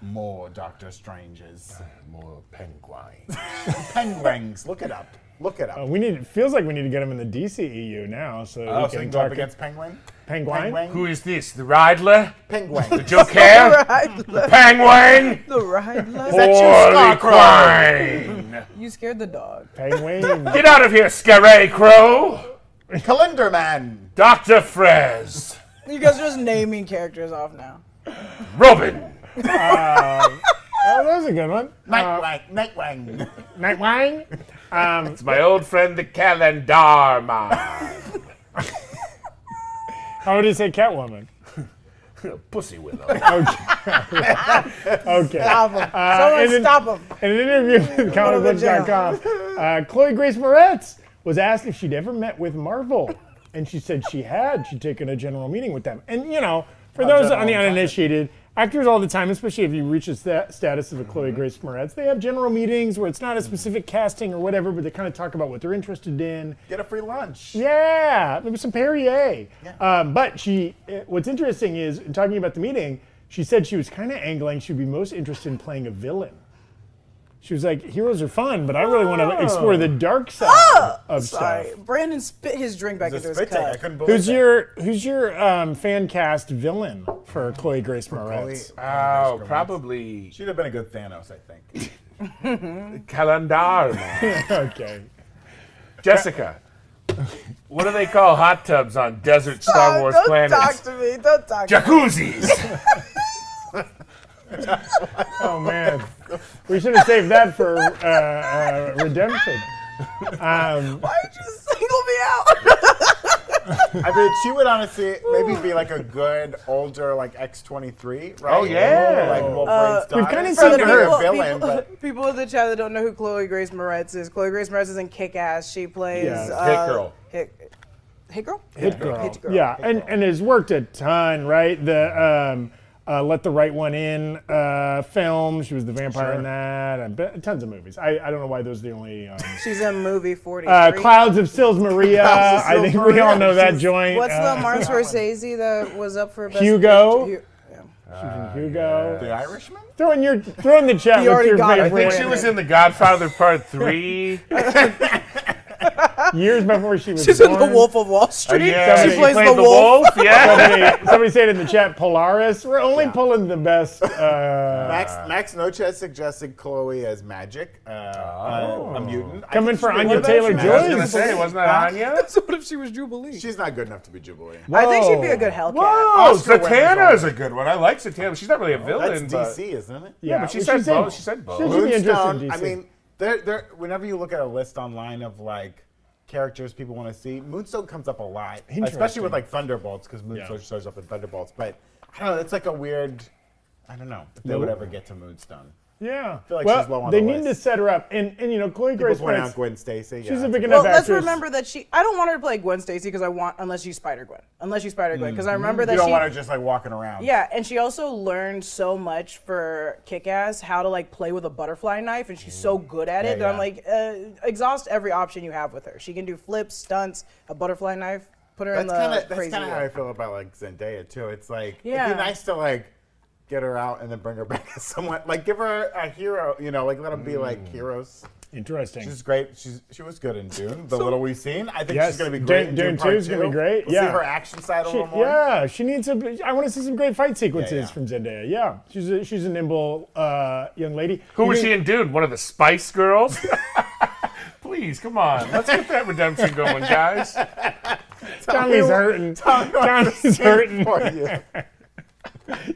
S3: More Doctor Stranges.
S4: more penguin.
S3: penguins. Look it up. Look it up.
S1: Uh, we need. It feels like we need to get him in the DCEU now, so we
S3: Oh, so you
S1: can
S3: can go up
S1: talk
S3: against penguin.
S1: Penguin.
S4: Who
S3: Penguin.
S4: is this? The Riddler?
S3: Penguin.
S4: Joker?
S2: Ride left,
S4: penguin?
S2: the ride left.
S3: that you,
S4: Holy
S3: Scarecrow?
S4: quine!
S2: You scared the dog.
S1: Penguin.
S4: Get out of here, Scarecrow!
S3: Calendar Man.
S4: Dr. Frez!
S2: You guys are just naming characters off now.
S4: Robin!
S1: oh, that was a good one.
S3: Nightwing. Nightwing.
S1: Nightwing.
S4: It's my old friend the Calendar Man.
S1: How would Oh, he say Catwoman?
S4: Pussy Willow.
S1: Okay.
S2: Stop him.
S1: and then-
S2: Someone stop him.
S1: Uh, In an interview with
S2: Go to jail.
S1: comicsbooks.com, uh, Chloe Grace Moretz was asked if she'd ever met with Marvel, and she said she had. She'd taken a general meeting with them, and you know, for those on the
S3: general,
S1: uninitiated, actors all the time, especially if you reach the sta- status of a Chloe Grace Moretz, they have general meetings where it's not a specific casting or whatever, but they kind of talk about what they're interested in.
S3: Get a free lunch.
S1: Yeah, maybe some Perrier. Um, but she, eh, what's interesting is in talking about the meeting, she said she was kind of angling. She'd be most interested in playing a villain. She was like, "Heroes are fun, but I really want to explore the dark side of
S2: Oh, Sorry.
S1: stuff."
S2: Brandon spit his drink back
S3: The
S2: into his
S3: spit take. I
S2: cup.
S3: couldn't believe
S1: Who's
S3: it.
S1: your Who's your um, fan cast villain for Chloe Grace
S3: Chloe-
S1: Moretz?
S4: Oh, probably
S3: She'd have been a good Thanos, I think.
S4: Calendar Man.
S1: okay.
S4: Jessica. What do they call hot tubs on desert Star
S2: Oh,
S4: Wars
S2: don't
S4: planets?
S2: talk to me. Don't talk to me.
S4: Jacuzzis!
S1: Oh man, we should have saved that for uh, uh, redemption.
S2: Why did you single me out?
S3: I mean, she would honestly maybe be like a good older like X twenty three, right?
S4: Oh, yeah.
S3: like Wolverine's
S1: Uh, We've
S3: daughter.
S1: kinda
S2: For
S1: seen
S2: the
S1: her
S2: people,
S3: a villain,
S2: people,
S3: but
S2: people in the chat that don't know who Chloe Grace Moretz is, Chloe Grace Moretz is in Kick Ass. She plays
S1: Yes.
S2: uh,
S4: Hit Girl.
S2: Hit, Hit Girl.
S1: Hit girl.
S2: Hit Girl.
S1: Yeah, and, and has worked a ton, right? The um, uh, Let the Right One In uh, film. She was the vampire in that, and b- tons of movies. I, I don't know why those are the only. Um,
S2: She's in movie 43.
S1: uh, Clouds of Sils Maria.
S3: Clouds of
S1: I
S3: Sils
S1: think we all
S3: Maria.
S1: know that
S3: She's-
S1: joint.
S2: What's
S1: uh,
S2: the Martin Scorsese that was up for best
S1: Hugo.
S2: Picture? Hu- yeah.
S1: Um, Hugo.
S3: the Irishman.
S1: Throw in your throw in the chat.
S2: You
S1: what's
S2: already
S1: your
S2: got it.
S1: favorite?
S4: I think she was in The Godfather Part 3.
S1: years before she was.
S2: She's in The
S1: born.
S2: Wolf of Wall Street.
S4: Yeah,
S2: she,
S1: she
S2: plays
S4: played
S2: the, wolf.
S4: Yeah.
S1: Somebody, somebody said in the chat, Polaris. We're only pulling the best. Uh,
S3: Max Max Noches suggested Chloe as magic, uh,
S2: Oh.
S3: uh,
S4: Oh.
S3: a mutant. I
S1: Coming
S3: think
S1: for
S3: she'd be
S1: Anya
S3: good. What
S1: Taylor-Joy?
S3: about She's
S4: I was gonna
S3: not-
S4: say, wasn't that Anya?
S2: So what if she was Jubilee?
S3: She's not good enough to be Jubilee.
S2: I think she'd be a good Hellcat.
S4: Whoa,
S3: Oscar
S4: Zatanna
S3: winners
S4: is a good one. I like Zatanna. She's not really a
S3: That's
S4: villain, but
S3: DC, isn't it?
S1: yeah,
S4: but she
S1: well,
S4: said
S1: she's in-
S4: both. She said both.
S1: She's in
S3: Moonstone.
S1: interesting.
S3: I mean, there, there. Whenever you look at a list online of like characters people want to see, Moonstone comes up a lot, especially
S1: Interesting.
S3: with like Thunderbolts, because Moonstone
S1: Yeah.
S3: shows up in Thunderbolts. But I don't know. It's like a weird. I don't know if they would ever get to Moonstone.
S1: Yeah.
S3: feel like
S1: well,
S3: she's low on
S1: they
S3: the
S1: need to
S3: list.
S1: set her up. And, and you know, Chloe
S3: People
S1: Grace
S3: point out
S1: Moretz,
S3: Gwen Stacy.
S1: she's
S3: yeah,
S1: a big
S3: that's
S1: enough
S2: Well, let's
S1: actress.
S2: remember that she. I don't want her to play Gwen Stacy because I want, unless she's Spider Gwen, unless she's Spider Gwen, because I remember that
S3: You don't
S2: she.
S3: want her just like walking around.
S2: yeah, and she also learned so much for Kick Ass how to like play with a butterfly knife, and she's so good at it that I'm
S3: yeah.
S2: like, uh, exhaust every option you have with her. She can do flips, stunts, a butterfly knife, put her in
S3: That's
S2: the
S3: kind of that's
S2: crazy.
S3: kind of how I
S2: wheel.
S3: feel about like Zendaya too. It's like
S2: Yeah.
S3: it'd be nice to like get her out and then bring her back as someone like give her a hero. You know, like let them be like
S1: Mm.
S3: heroes.
S1: Interesting.
S3: She's great. She's she was good in Dune. The little we've seen, I think
S1: Yes.
S3: she's gonna be
S1: Dune-
S3: great. in
S1: Dune
S3: Dune, Part
S1: 2 is gonna be great,
S3: We'll
S1: yeah.
S3: See her action side a
S1: She-
S3: little more.
S1: yeah, she needs a. I want to see some great fight sequences
S3: yeah.
S1: from Zendaya. Yeah, she's a, she's a nimble uh, young lady.
S4: Who
S1: You
S4: was
S1: think-
S4: she in Dune? One of the Spice Girls? Please, come on. Let's get that redemption going, guys.
S1: Tommy's hurting. Tommy's hurting.
S3: for you.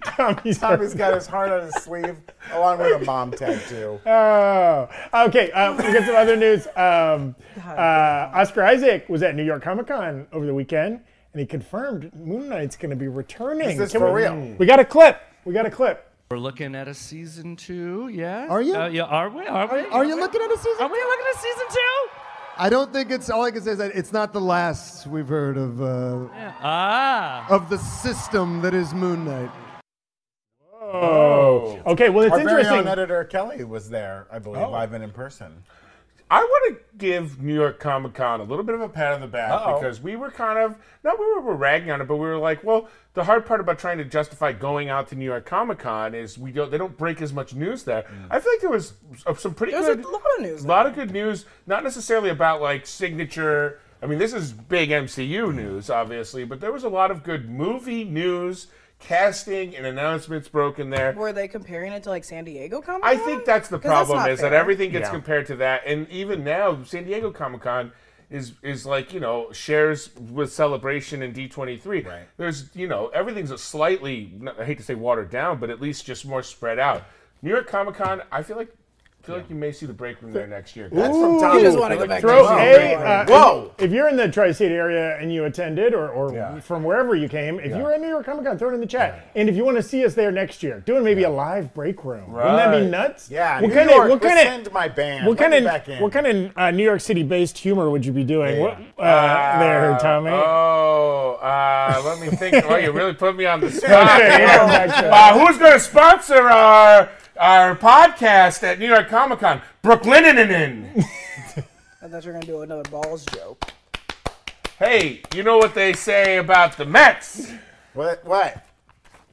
S1: Tommy's
S3: Tommy's
S1: hurting.
S3: got his heart on his sleeve, along with a mom tattoo.
S1: Oh, okay. Uh, we got some other news. Um, uh, Oscar Isaac was at New York Comic Con over the weekend, and he confirmed Moon Knight's going to be returning.
S3: Is this
S1: Can
S3: for
S1: we-
S3: real?
S1: We got a clip. We got a clip.
S6: We're looking at a season two, yes?
S7: Are you?
S6: Uh, yeah, are we? Are, we?
S7: Are you looking at a
S6: Are
S7: season?
S6: we looking at season two?
S7: I don't think it's. All I can say is that it's not the last we've heard of uh,
S6: Ah.
S7: of the system that is Moon Knight.
S1: Oh. Okay. Well, it's
S3: Our very
S1: interesting. Oh.
S3: own editor Kelly was there, I believe, live and in person.
S4: I want to give New York Comic Con a little bit of a pat on the back
S3: Uh-oh.
S4: because we were kind of not we were, were ragging on it, but we were like, well, the hard part about trying to justify going out to New York Comic Con is we don't they don't break as much news there. I feel like there was s- some pretty
S2: There's a
S4: good
S2: lot of news
S4: a lot of good news, not necessarily about like signature. I mean, this is big MCU news, obviously, but there was a lot of good movie news, casting, and announcements broken there.
S2: Were they comparing it to like San Diego Comic
S4: I think that's the
S2: 'Cause that's
S4: problem
S2: not
S4: is that
S2: fair.
S4: everything gets compared to that, and even now, San Diego Comic Con is is like you know shares with Celebration and D twenty three.
S3: Right.
S4: There's you know everything's a slightly I hate to say watered down, but at least just more spread out. New York Comic Con, I feel like feel like you may see the break room there next year.
S3: That's from Tom.
S2: You just want to go back
S1: Throw
S2: to San
S1: a,
S2: Diego.
S1: uh,
S3: Whoa!
S1: If you're in the Tri-State area and you attended, or, or
S3: Yeah.
S1: from wherever you came, if you were at New York Comic Con, throw it in the chat. And if you want to see us there next year, doing maybe a live break room, wouldn't that be
S4: Right.
S1: nuts?
S3: Yeah,
S1: What
S3: New
S1: kind
S3: York,
S1: of what kind
S3: rescind
S1: of
S3: my band.
S1: what
S3: Let
S1: kind
S3: me
S1: of
S3: back in.
S1: what kind of uh, New York City based humor would you be doing? What, uh,
S4: Uh,
S1: there, Tommy.
S4: Oh, uh, let me think. oh, you really put me on the spot.
S1: Okay, yeah, back to-
S4: Uh, who's going to sponsor our our podcast at New York Comic Con? Brooklyninen.
S2: I thought you were gonna do another balls joke.
S4: Hey, you know what they say about the Mets?
S3: What? What?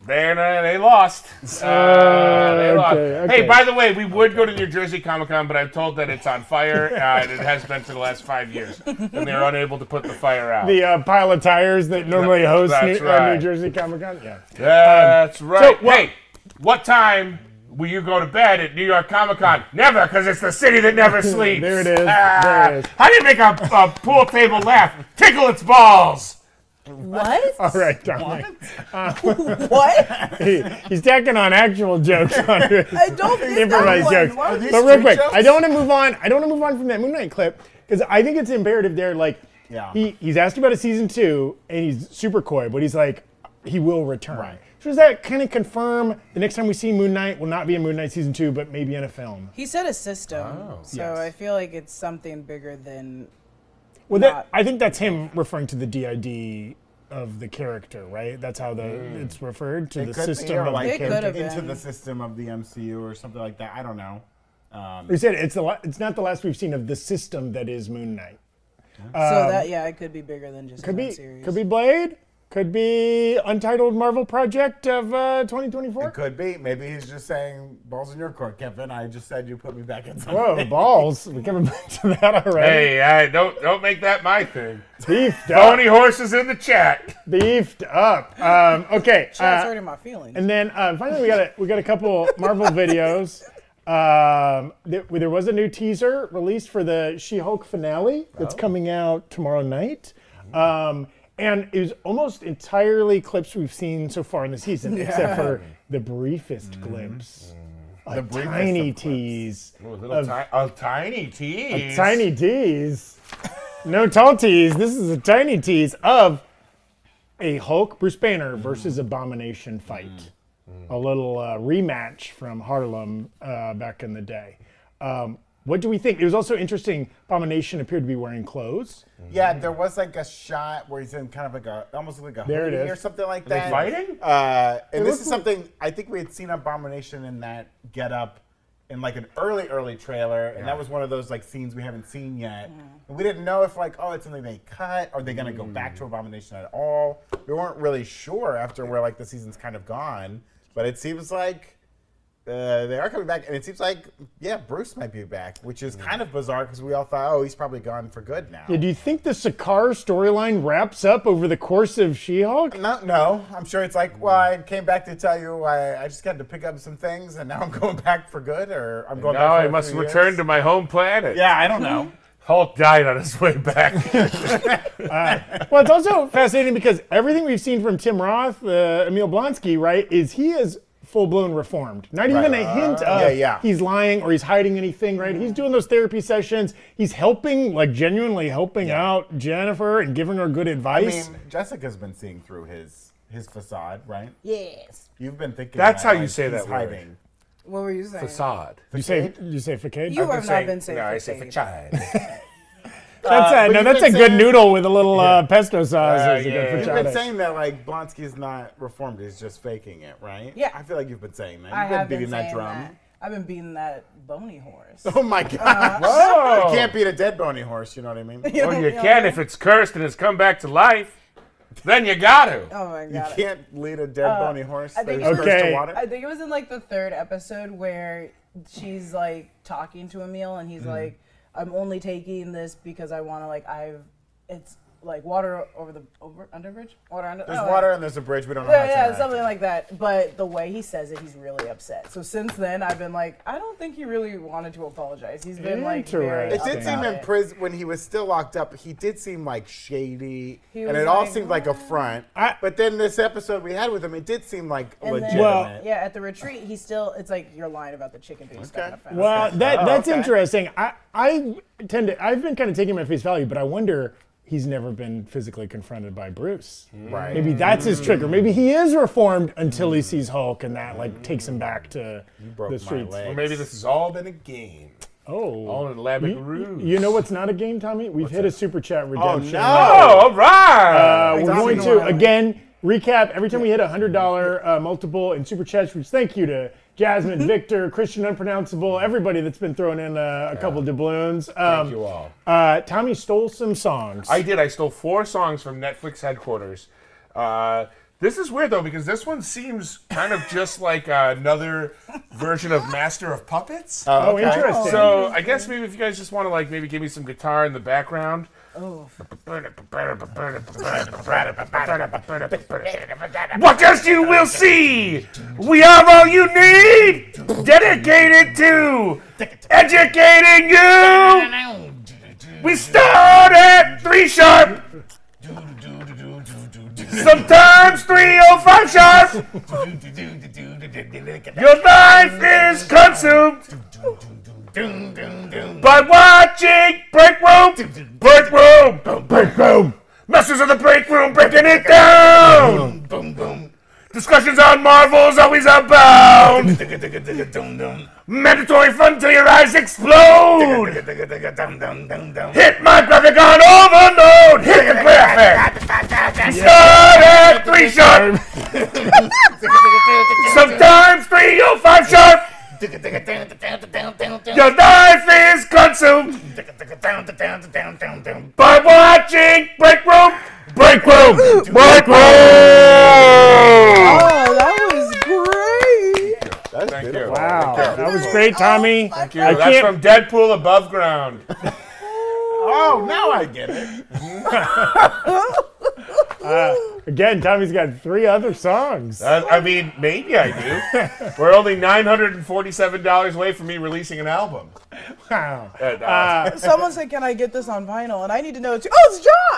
S4: They they lost. Uh, they lost.
S1: okay, okay.
S4: Hey, by the way, we would go to New Jersey Comic Con, but I'm told that it's on fire, uh, and it has been for the last five years, and they're unable to put the fire out.
S1: the uh, pile of tires that normally host New,
S4: That's
S1: uh,
S4: right.
S1: New Jersey Comic Con. Yeah.
S4: That's right.
S1: so, well-
S4: hey, Um, what time will you go to bed at New York Comic Con? Never, because it's the city that never sleeps.
S1: There it is.
S4: Ah,
S1: There it is.
S4: How do you make a, a pool table laugh? Tickle its balls.
S2: What?
S1: All right, Tommy.
S2: what?
S1: He- he's tacking on actual jokes on his
S2: I don't think
S1: improvised jokes. But real
S3: street
S1: quick,
S3: jokes?
S1: I don't want to move on. I don't want to move on from that Moon Knight clip because I think it's imperative. There, like,
S3: Yeah.
S1: he he's asked about a season two, and he's super coy, but he's like, he will return. So does that kind of confirm the next time we see Moon Knight will not be in Moon Knight season two, but maybe in a film?
S2: He said a system, so I feel like it's something bigger than.
S1: Well,
S2: Not-
S1: that, I think that's him referring to the DID of the character, right? That's how the it's referred to the
S3: Mm. Could be,
S1: system
S3: or
S1: of
S3: like
S1: the
S2: It could
S1: character.
S2: have
S3: into
S2: been.
S3: the system of the MCU or something like that. I don't know.
S1: We said it's the la- it's not the last we've seen of the system that is Moon Knight.
S2: so that yeah, it could be bigger than just
S1: Could
S2: one
S1: be
S2: series.
S1: could be Blade. Could be untitled Marvel project of uh, 2024.
S3: Could be. Maybe he's just saying balls in your court, Kevin. I just said you put me back in. something."
S1: Whoa, balls! We're coming back to that already.
S4: Hey, I, don't don't make that my thing.
S1: Beefed up.
S4: Pony horses in the chat.
S1: Beefed up. Um, okay.
S2: Shit, it's
S1: uh,
S2: hurting my feelings.
S1: And then uh, finally, we got a we got a couple Marvel videos. Um, there, there was a new teaser released for the She-Hulk finale
S3: Oh.
S1: that's coming out tomorrow night, um, and it was almost entirely clips we've seen so far in the season, except for the briefest glimpse, a
S3: Mm-hmm. briefest
S1: tiny
S3: of clips.
S1: tease,
S4: A, little ti- a tiny tease.
S1: tiny tease, no tall tease. This is a tiny tease of a Hulk Bruce Banner versus Abomination fight, a little uh, rematch from Harlem uh, back in the day. Um, what do we think? It was also interesting. Abomination appeared to be wearing clothes.
S3: Yeah,
S1: Mm-hmm.
S3: there was like a shot where he's in kind of like a almost like a
S1: There it
S3: hoodie
S1: is.
S3: or something like
S4: Are
S3: that.
S4: they fighting?
S3: Uh, and this
S1: look
S3: is something I think we had seen Abomination in that get up in like an early, early trailer, and that was one of those like scenes we haven't seen yet. And we didn't know if like, oh, it's something they cut. Are they gonna
S1: Mm.
S3: go back to Abomination at all? We weren't really sure after where like the season's kind of gone, but it seems like. Uh, they are coming back, and it seems like yeah, Bruce might be back, which
S1: Mm.
S3: is kind of bizarre because we all thought, oh, he's probably gone for good now.
S1: Yeah, do you think the Sakaar storyline wraps up over the course of She-Hulk?
S3: No, no. I'm sure it's like, well, I came back to tell you I, I just had to pick up some things, and now I'm going back for good, or I'm going.
S4: Now
S3: back for
S4: I
S3: a
S4: must
S3: few
S4: return
S3: years.
S4: to my home planet.
S3: Yeah, I don't know.
S4: Hulk died on his way back.
S1: Well, it's also fascinating because everything we've seen from Tim Roth, uh, Emil Blonsky, right, is he is full blown reformed. Not even a hint of
S3: Yeah, yeah.
S1: he's lying or he's hiding anything, right? He's doing those therapy sessions. He's helping, like genuinely helping out Jennifer and giving her good
S3: I
S1: advice.
S3: mean, Jessica's been seeing through his his facade, right?
S5: Yes.
S3: You've been thinking
S4: That's
S3: that,
S4: how you
S3: like,
S4: say
S3: he's
S4: that word.
S3: hiding.
S2: What were you saying?
S4: Facade.
S1: you say you say facade.
S2: You have not
S4: Saying-
S2: been saying.
S4: No, I say
S2: facade.
S4: facade.
S1: That's
S3: but
S1: a, no,
S3: you've
S1: that's a
S3: been
S1: good
S3: saying-
S1: noodle with a little uh, pesto sauce.
S4: Uh,
S1: is a
S4: yeah.
S1: good
S4: You've
S3: You've been
S1: frittata.
S3: saying that like Blonsky's not reformed; he's just faking it, right?
S2: Yeah.
S3: I feel like you've been saying that. You've
S2: I
S3: been
S2: have been
S3: beating that
S2: saying
S3: drum.
S2: that. Uh-huh. I've been beating that bony horse.
S3: Oh my god!
S4: Whoa.
S3: You can't beat a dead bony horse. You know what I mean?
S4: Well, you can if it's cursed and it's come back to life. Then you got to.
S2: Oh my
S3: You
S2: god.
S3: can't lead a dead bony horse.
S2: Uh, I think
S3: that
S2: it
S1: was-
S3: goes to
S1: Okay.
S3: water.
S2: I think it was in like the third episode where she's like talking to Emil and
S3: Mm-hmm.
S2: he's like, I'm only taking this because I want to like I've it's like water over the over underbridge water under
S3: There's
S2: oh,
S3: water and there's a bridge. We don't know.
S2: yeah,
S3: how to
S2: yeah,
S3: interact.
S2: something like that. But the way he says it, he's really upset. So since then, I've been like, I don't think he really wanted to apologize. He's been like,
S1: Interesting.
S2: very
S3: It
S2: up
S3: did seem
S2: about
S3: in
S2: it.
S3: prison when he was still locked up. He did seem like shady,
S2: He
S3: and
S2: was
S3: it all
S2: like,
S3: seemed like a front.
S1: I-
S3: but then this episode we had with him, it did seem like
S2: And then-
S3: legitimate.
S1: Well-
S2: yeah, at the retreat, he still, it's like, you're lying about the chicken being stuck in a fence.
S1: Well, that, that's
S3: okay.
S1: interesting. I, I tend to, I've been kind of taking him at face value, but I wonder he's never been physically confronted by Bruce.
S3: right? Mm.
S1: Maybe that's his trigger. Maybe he is reformed until he sees Hulk, and that like takes him back to
S3: broke
S1: the
S3: my
S1: streets.
S3: leg.
S4: Or maybe this has all been a game. All
S1: Oh,
S4: an elaborate
S1: you,
S4: ruse.
S1: you know what's not a game, Tommy? We've hit a super chat redemption.
S4: Oh, all right.
S1: Uh, we're
S3: Tommy
S1: going
S3: Noel.
S1: to again recap every time we hit a
S3: Mm.
S1: hundred dollar uh, multiple in super chats. Which thank you to Jasmine, Victor, Christian Unpronounceable, everybody that's been throwing in uh, a, a couple doubloons. Um,
S4: Thank you all.
S1: Uh, Tommy stole some songs.
S4: I did. I stole four songs from Netflix headquarters. Uh, this is weird though because this one seems kind of just like uh, another version of Master of Puppets.
S1: oh, interesting.
S4: so I guess maybe if you guys just want to like maybe give me some guitar in the background. What else you will see? We have all you need. Dedicated to educating you. We start at three sharp. Sometimes 305 sharp. Your life is consumed by watching Break Room. Break Room. Break Room. Masters of the Break Room breaking it down. Boom, boom. Discussions on Marvels always abound. Mandatory fun till your eyes explode. Hit my graphic on overload. Hit the graphic. Start at three sharp. Sometimes 305 sharp. Your life is consumed by watching Break Room. Break Room. Break Room.
S2: Oh, that was great.
S3: That's
S4: Thank
S3: beautiful.
S4: you.
S1: wow, that was great, Tommy.
S2: Thank
S4: Thank you. That's
S1: can't-
S4: from Deadpool Above Ground.
S3: Oh, now I get it.
S1: Again, Tommy's got three other songs.
S4: Uh, I mean, maybe I do. We're only $947 away from me releasing an album.
S1: Wow.
S4: Uh, uh,
S2: Someone said, "Can I get this on vinyl?" And I need to know. Too. Oh,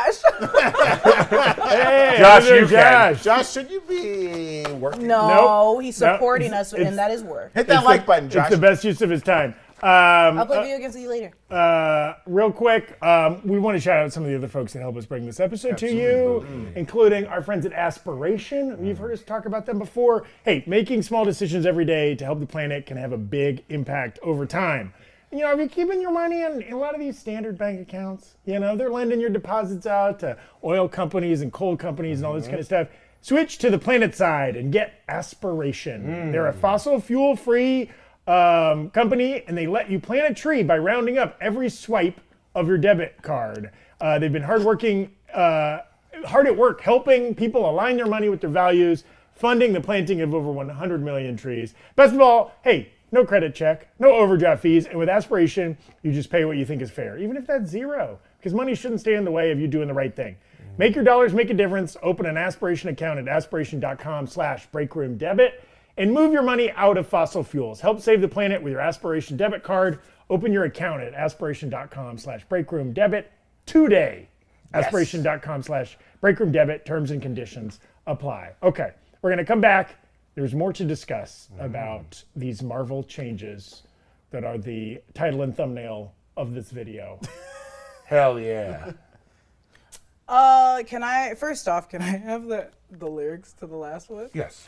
S2: it's Josh.
S1: Hey,
S4: Josh,
S1: another
S4: you can.
S1: Josh.
S3: Josh, should you be working?
S2: no,
S1: Nope.
S2: he's
S1: No,
S2: supporting
S1: it's-
S2: us,
S1: it's-
S2: and that is work.
S3: Hit that like button,
S1: It's
S3: Josh.
S1: the best use of his time. Um,
S2: I'll play video games with you later.
S1: Uh, real quick, um, we want to shout out some of the other folks that help us bring this episode to you, including our friends at Aspiration. You've heard us talk about them before. Hey, making small decisions every day to help the planet can have a big impact over time. And, You know, if you're keeping your money in a lot of these standard bank accounts, you know, they're lending your deposits out to oil companies and coal companies and all this kind of stuff. Switch to the planet side and get Aspiration. They're a fossil fuel free um, company, and they let you plant a tree by rounding up every swipe of your debit card. Uh, they've been hardworking, uh, hard at work, helping people align their money with their values, funding the planting of over 100 million trees. Best of all, hey, no credit check, no overdraft fees, and with aspiration, you just pay what you think is fair, even if that's zero, because money shouldn't stand in the way of you doing the right thing. Mm-hmm. Make your dollars make a difference. Open an aspiration account at aspiration.com slash breakroom debit and move your money out of fossil fuels. Help save the planet with your aspiration debit card. Open your account at aspiration.com slash breakroom debit today. Aspiration.com slash breakroom debit. Terms and conditions apply. Okay, we're going to come back. There's more to discuss about these Marvel changes that are the title and thumbnail of this video.
S4: Hell yeah.
S2: Uh, can I first off, can I have the the lyrics to the last one?
S4: Yes.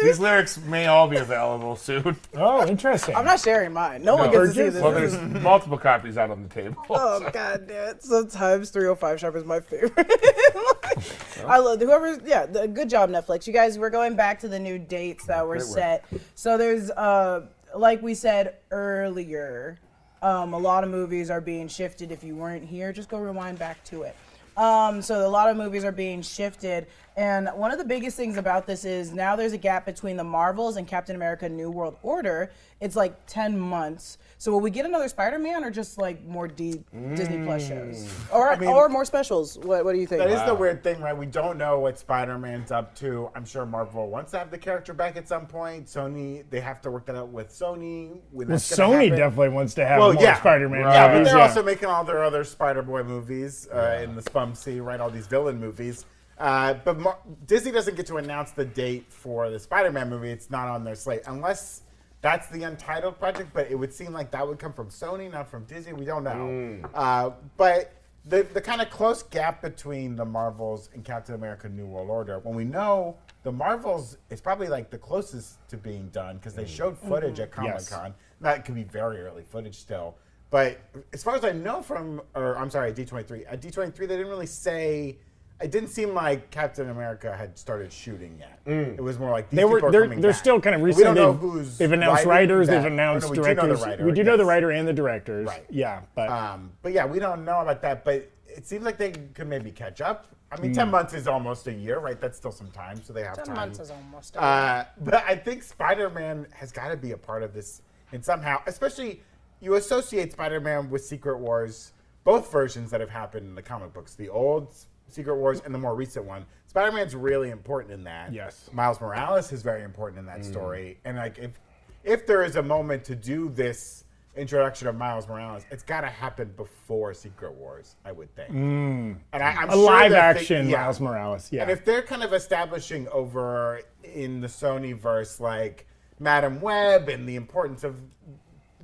S4: These lyrics may all be available soon.
S1: Oh, interesting.
S2: I'm not sharing mine. No, one gets to see this.
S4: Well, there's multiple copies out on the table.
S2: Oh god damn it. Sometimes 305 Sharp is my favorite. I love whoever's yeah, the, good job Netflix. You guys we're going back to the new dates
S3: Oh,
S2: that were set. So there's uh like we said earlier, um, a lot of movies are being shifted. If you weren't here, just go rewind back to it. Um, so a lot of movies are being shifted, and one of the biggest things about this is now there's a gap between the Marvels and Captain America: New World Order. It's like ten months. So will we get another Spider-Man, or just like more deep Disney Plus shows, or or more specials? What What do you think?
S3: Mm. That is the weird thing, right? We don't know what Spider-Man's up to. I'm sure Marvel wants to have the character back at some point. Sony, they have to work that out with Sony. When
S1: Well,
S3: that's gonna
S1: Sony
S3: happen.
S1: definitely wants to have
S3: Well,
S1: more
S3: yeah.
S1: Spider-Man.
S3: Yeah, but
S1: movies,
S3: they're also making all their other Spider-Boy movies uh, in the Spum Sea, right? All these villain movies. Uh, but Mar- Disney doesn't get to announce the date for the Spider-Man movie. It's not on their slate unless that's the Untitled project. But it would seem like that would come from Sony, not from Disney. We don't know.
S1: Mm.
S3: Uh, but the the kind of close gap between the Marvels and Captain America: New World Order, when we know the Marvels is probably like the closest to being done because they showed footage at Comic
S1: Mm. Mm-hmm. Yes.
S3: Con. That could be very early footage still. But as far as I know from, or I'm sorry, D23, at D23, they didn't really say, it didn't seem like Captain America had started shooting yet. It was more like these
S1: Mm. They
S3: people
S1: were
S3: are
S1: they're,
S3: coming
S1: they're
S3: back.
S1: still kind of
S3: But
S1: recently.
S3: We don't know
S1: they've,
S3: who's
S1: they've announced
S3: writing
S1: writers,
S3: that.
S1: they've
S3: Oh, no,
S1: announced
S3: we do know the
S1: directors.
S3: writer,
S1: we do know the
S3: yes.
S1: writer and the directors.
S3: Right.
S1: Yeah, but
S3: Um, but yeah, we don't know about that. But it seems like they could maybe catch up. I
S1: Hmm.
S3: mean, 10 months is almost a year, right? That's still some time, so they have
S2: Ten
S3: time.
S2: months is almost. over.
S3: Uh, but I think Spider Man has got to be a part of this, and somehow, especially you associate Spider Man with Secret Wars, both versions that have happened in the comic books, the old S- Secret Wars and the more recent one. Spider Man's really important in that.
S1: Yes. Mm.
S3: Miles Morales is very important in that story, and like if if there is a moment to do this introduction of Miles Morales, it's got to happen before Secret Wars, I would think. And I, I'm
S1: Mm. a live action
S3: yeah.
S1: Miles Morales. Yeah.
S3: And if they're kind of establishing over in the Sony verse, like Madam Web and the importance of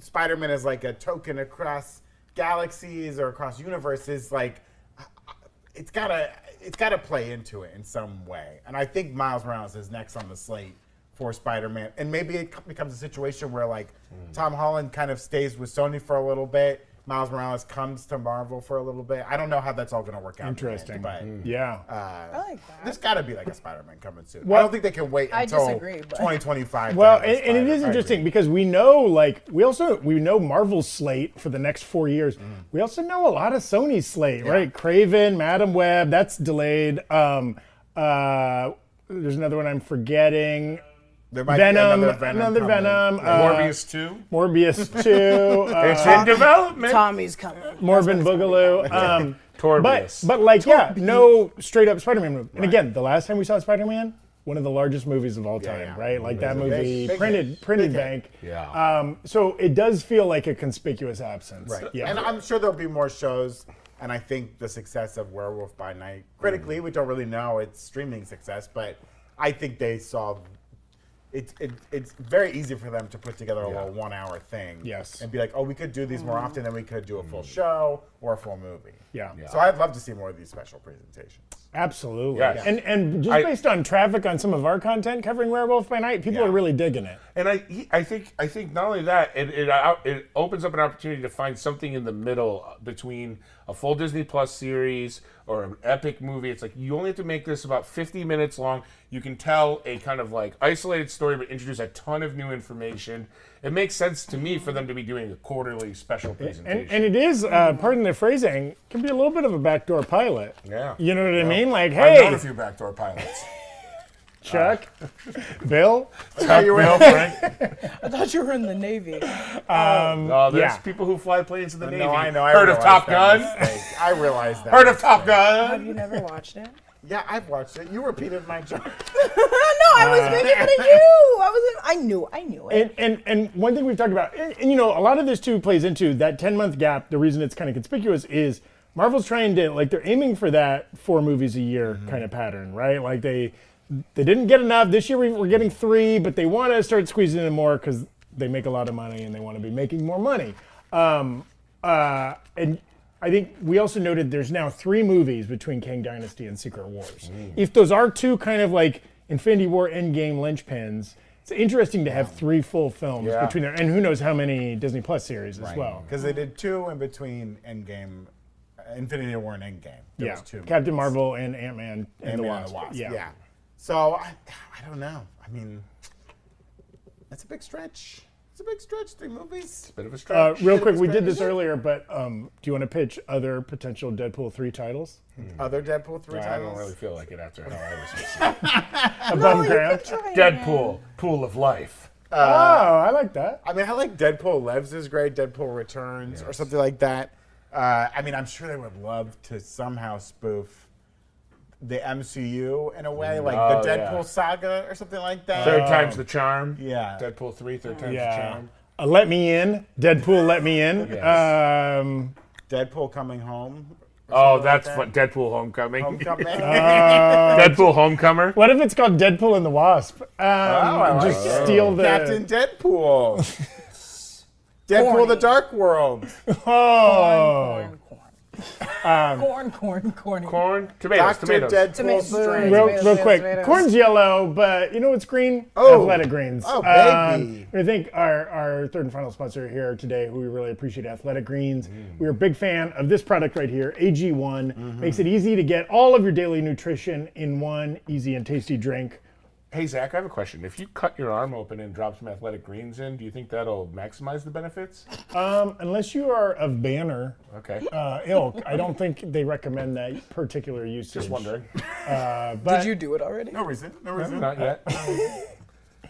S3: Spider Man as like a token across galaxies or across universes, like it's gotta it's gotta play into it in some way. And I think Miles Morales is next on the slate for Spider-Man, and maybe it co- becomes a situation where like
S1: Hmm.
S3: Tom Holland kind of stays with Sony for a little bit. Miles Morales comes to Marvel for a little bit. I don't know how that's all going to work out. in the end,
S1: Interesting. Hmm.
S3: but
S1: yeah.
S2: I like that.
S3: there's got to be like a Spider-Man coming soon.
S1: Well,
S3: I don't think they can wait
S2: I
S3: until
S2: disagree, but-
S3: 2025. to
S1: well,
S3: have a
S1: and, and it
S3: Spider-
S1: is
S3: I
S1: interesting
S3: agree.
S1: because we know, like, we also we know Marvel's slate for the next four years.
S3: Mm.
S1: We also know a lot of Sony's slate, right? Craven, Madam Web, that's delayed. Um, uh, there's another one I'm forgetting.
S3: There might
S1: Venom,
S3: be
S1: another Venom,
S3: coming.
S1: uh,
S4: Morbius 2.
S1: Morbius two, uh,
S4: It's in development.
S2: Tommy's coming.
S1: Morbin Boogaloo. Um, but
S4: Morbius.
S1: but like yeah, no straight up Spider-Man movie. And again, the last time we saw Spider-Man, one of the largest movies of all time,
S3: yeah.
S1: right? Like that
S3: Big-
S1: movie
S3: big
S1: printed
S3: hit.
S1: printed
S3: Big hit.
S1: bank.
S4: Yeah.
S1: Um, so it does feel like a conspicuous absence.
S3: Right.
S1: Yeah.
S3: And I'm sure there'll be more shows. And I think the success of Werewolf by Night,
S1: Mm-hmm.
S3: critically, we don't really know its streaming success, but I think they saw. It's it, it's very easy for them to put together a little one hour thing.
S1: Yes. Mm-hmm.
S3: And be like, oh, we could do these
S2: Mm-hmm.
S3: more often than we could do a full show or a full movie.
S1: Yeah. Yeah.
S3: So I'd love to see more of these special presentations.
S1: Absolutely.
S4: Yes.
S1: And and just
S4: I-
S1: based on traffic on some of our content covering Werewolf by Night, people
S3: Yeah.
S1: are really digging it.
S4: And I, he, I think, I think not only that, it it, out- it opens up an opportunity to find something in the middle uh, between a full Disney Plus series or an epic movie. It's like you only have to make this about 50 minutes long. You can tell a kind of like isolated story, but introduce a ton of new information. It makes sense to me for them to be doing a quarterly special presentation.
S1: And, and it is, uh, pardon the phrasing, can be a little bit of a backdoor pilot.
S4: Yeah.
S1: You know what I mean? Like,
S4: I've known
S1: hey,
S4: a few backdoor pilots.
S1: Chuck, Bill,
S4: Chuck, Bill, Frank.
S2: I thought you were in the Navy.
S4: Oh, there's
S1: Yeah.
S4: people who fly planes in the Navy.
S3: No, I know. I
S4: Heard of
S3: realized
S4: Top
S3: that
S4: Gun?
S3: mistake. I realized that.
S4: Heard of Top
S2: Have
S4: Gun?
S2: you never watched it?
S3: Yeah, I've watched it. You repeated my joke.
S2: no, I was making fun of you. I wasn't. I knew. I knew it.
S1: And, and and one thing we've talked about, and, and, you know, a lot of this too plays into that 10 month gap. The reason it's kind of conspicuous is Marvel's trying to like they're aiming for that four movies a year kind of pattern, right? Like they they didn't get enough this year. We are getting three, but they want to start squeezing in more because they make a lot of money and they want to be making more money. Um, uh, and I think we also noted there's now three movies between Kang Dynasty and Secret Wars.
S3: Mm.
S1: If those are two kind of like Infinity War Endgame linchpins, it's interesting to have three full films
S3: Yeah.
S1: between there, and who knows how many Disney Plus series as well.
S3: Because they did two in between Endgame, uh, Infinity War and Endgame. There
S1: Yeah,
S3: was two
S1: Captain
S3: movies.
S1: Marvel and Ant Man and,
S3: Ant-Man
S1: the
S3: and
S1: Wasp.
S3: Yeah. So I, I don't know. I mean, that's a big stretch. It's a big stretch. Three movies.
S4: Bit of a
S1: Uh,
S4: stretch.
S1: real quick, we did this earlier, but um, do you want to pitch other potential Deadpool three titles?
S3: Other Deadpool three
S4: I
S3: titles.
S4: don't really feel like it after how I was
S1: Above ground.
S4: Deadpool, Pool of Life.
S1: oh, I like that.
S3: Uh, I mean, I like Deadpool Lives is great. Deadpool Returns or something like that. Uh, I mean, I'm sure they would love to somehow spoof the MCU in a way, like
S4: Oh,
S3: the Deadpool
S4: yeah.
S3: saga or something like that.
S4: Third time's the charm.
S3: Oh. yeah.
S4: Deadpool 3, third time's the
S1: Yeah.
S4: charm.
S1: Uh, let me in, Deadpool. Let me in.
S4: Yes.
S1: Um,
S3: Deadpool coming home.
S4: Oh, that's fun. Deadpool Homecoming.
S3: Homecoming.
S1: Um,
S4: Deadpool Homecomer.
S1: what if it's called Deadpool and the Wasp? Um,
S3: Oh, I
S1: just
S3: like that.
S1: steal the
S3: Captain Deadpool. Deadpool the Dark World.
S1: Oh,
S2: Corn, corn, corn, corn, corn.
S4: Corn, tomatoes,
S3: Doctor
S4: tomatoes.
S3: Deadpool
S2: Tomato-
S3: Strange.
S1: real,
S2: Tomatoes,
S1: real
S2: tomatoes,
S1: quick.
S2: tomatoes.
S1: Corn's yellow, but you know what's green?
S3: Oh.
S1: Athletic Greens. Um,
S3: Oh, baby.
S1: I think our, our third and final sponsor here today, who we really appreciate, Athletic Greens.
S3: Mm.
S1: We're a big fan of this product right here, AG1.
S3: Mm-hmm.
S1: Makes it easy to get all of your daily nutrition in one easy and tasty drink.
S4: Hey, Zach, I have a question. If you cut your arm open and drop some athletic greens in, do you think that'll maximize the benefits?
S1: Um, unless you are of Banner
S4: Okay.
S1: uh, ilk, I don't think they recommend that particular usage.
S4: Just wondering.
S2: Did you do it already?
S3: No reason. No reason.
S4: Not yet.
S3: Oh.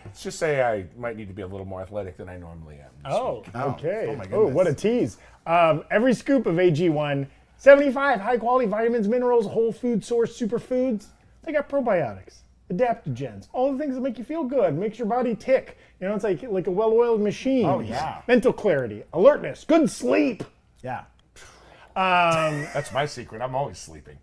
S4: Let's just say I might need to be a little more athletic than I normally am.
S1: Oh, okay.
S3: Oh, my
S1: what a
S3: goodness.
S1: tease. Um, every scoop of AG1, 75 high quality vitamins, minerals, whole food source, superfoods. They got probiotics, adaptogens, all the things that make you feel good, makes your body tick. You know, it's like like a well oiled machine. Oh,
S3: yeah.
S1: Mental clarity, alertness, good sleep.
S3: Yeah.
S4: That's my secret. I'm always sleeping.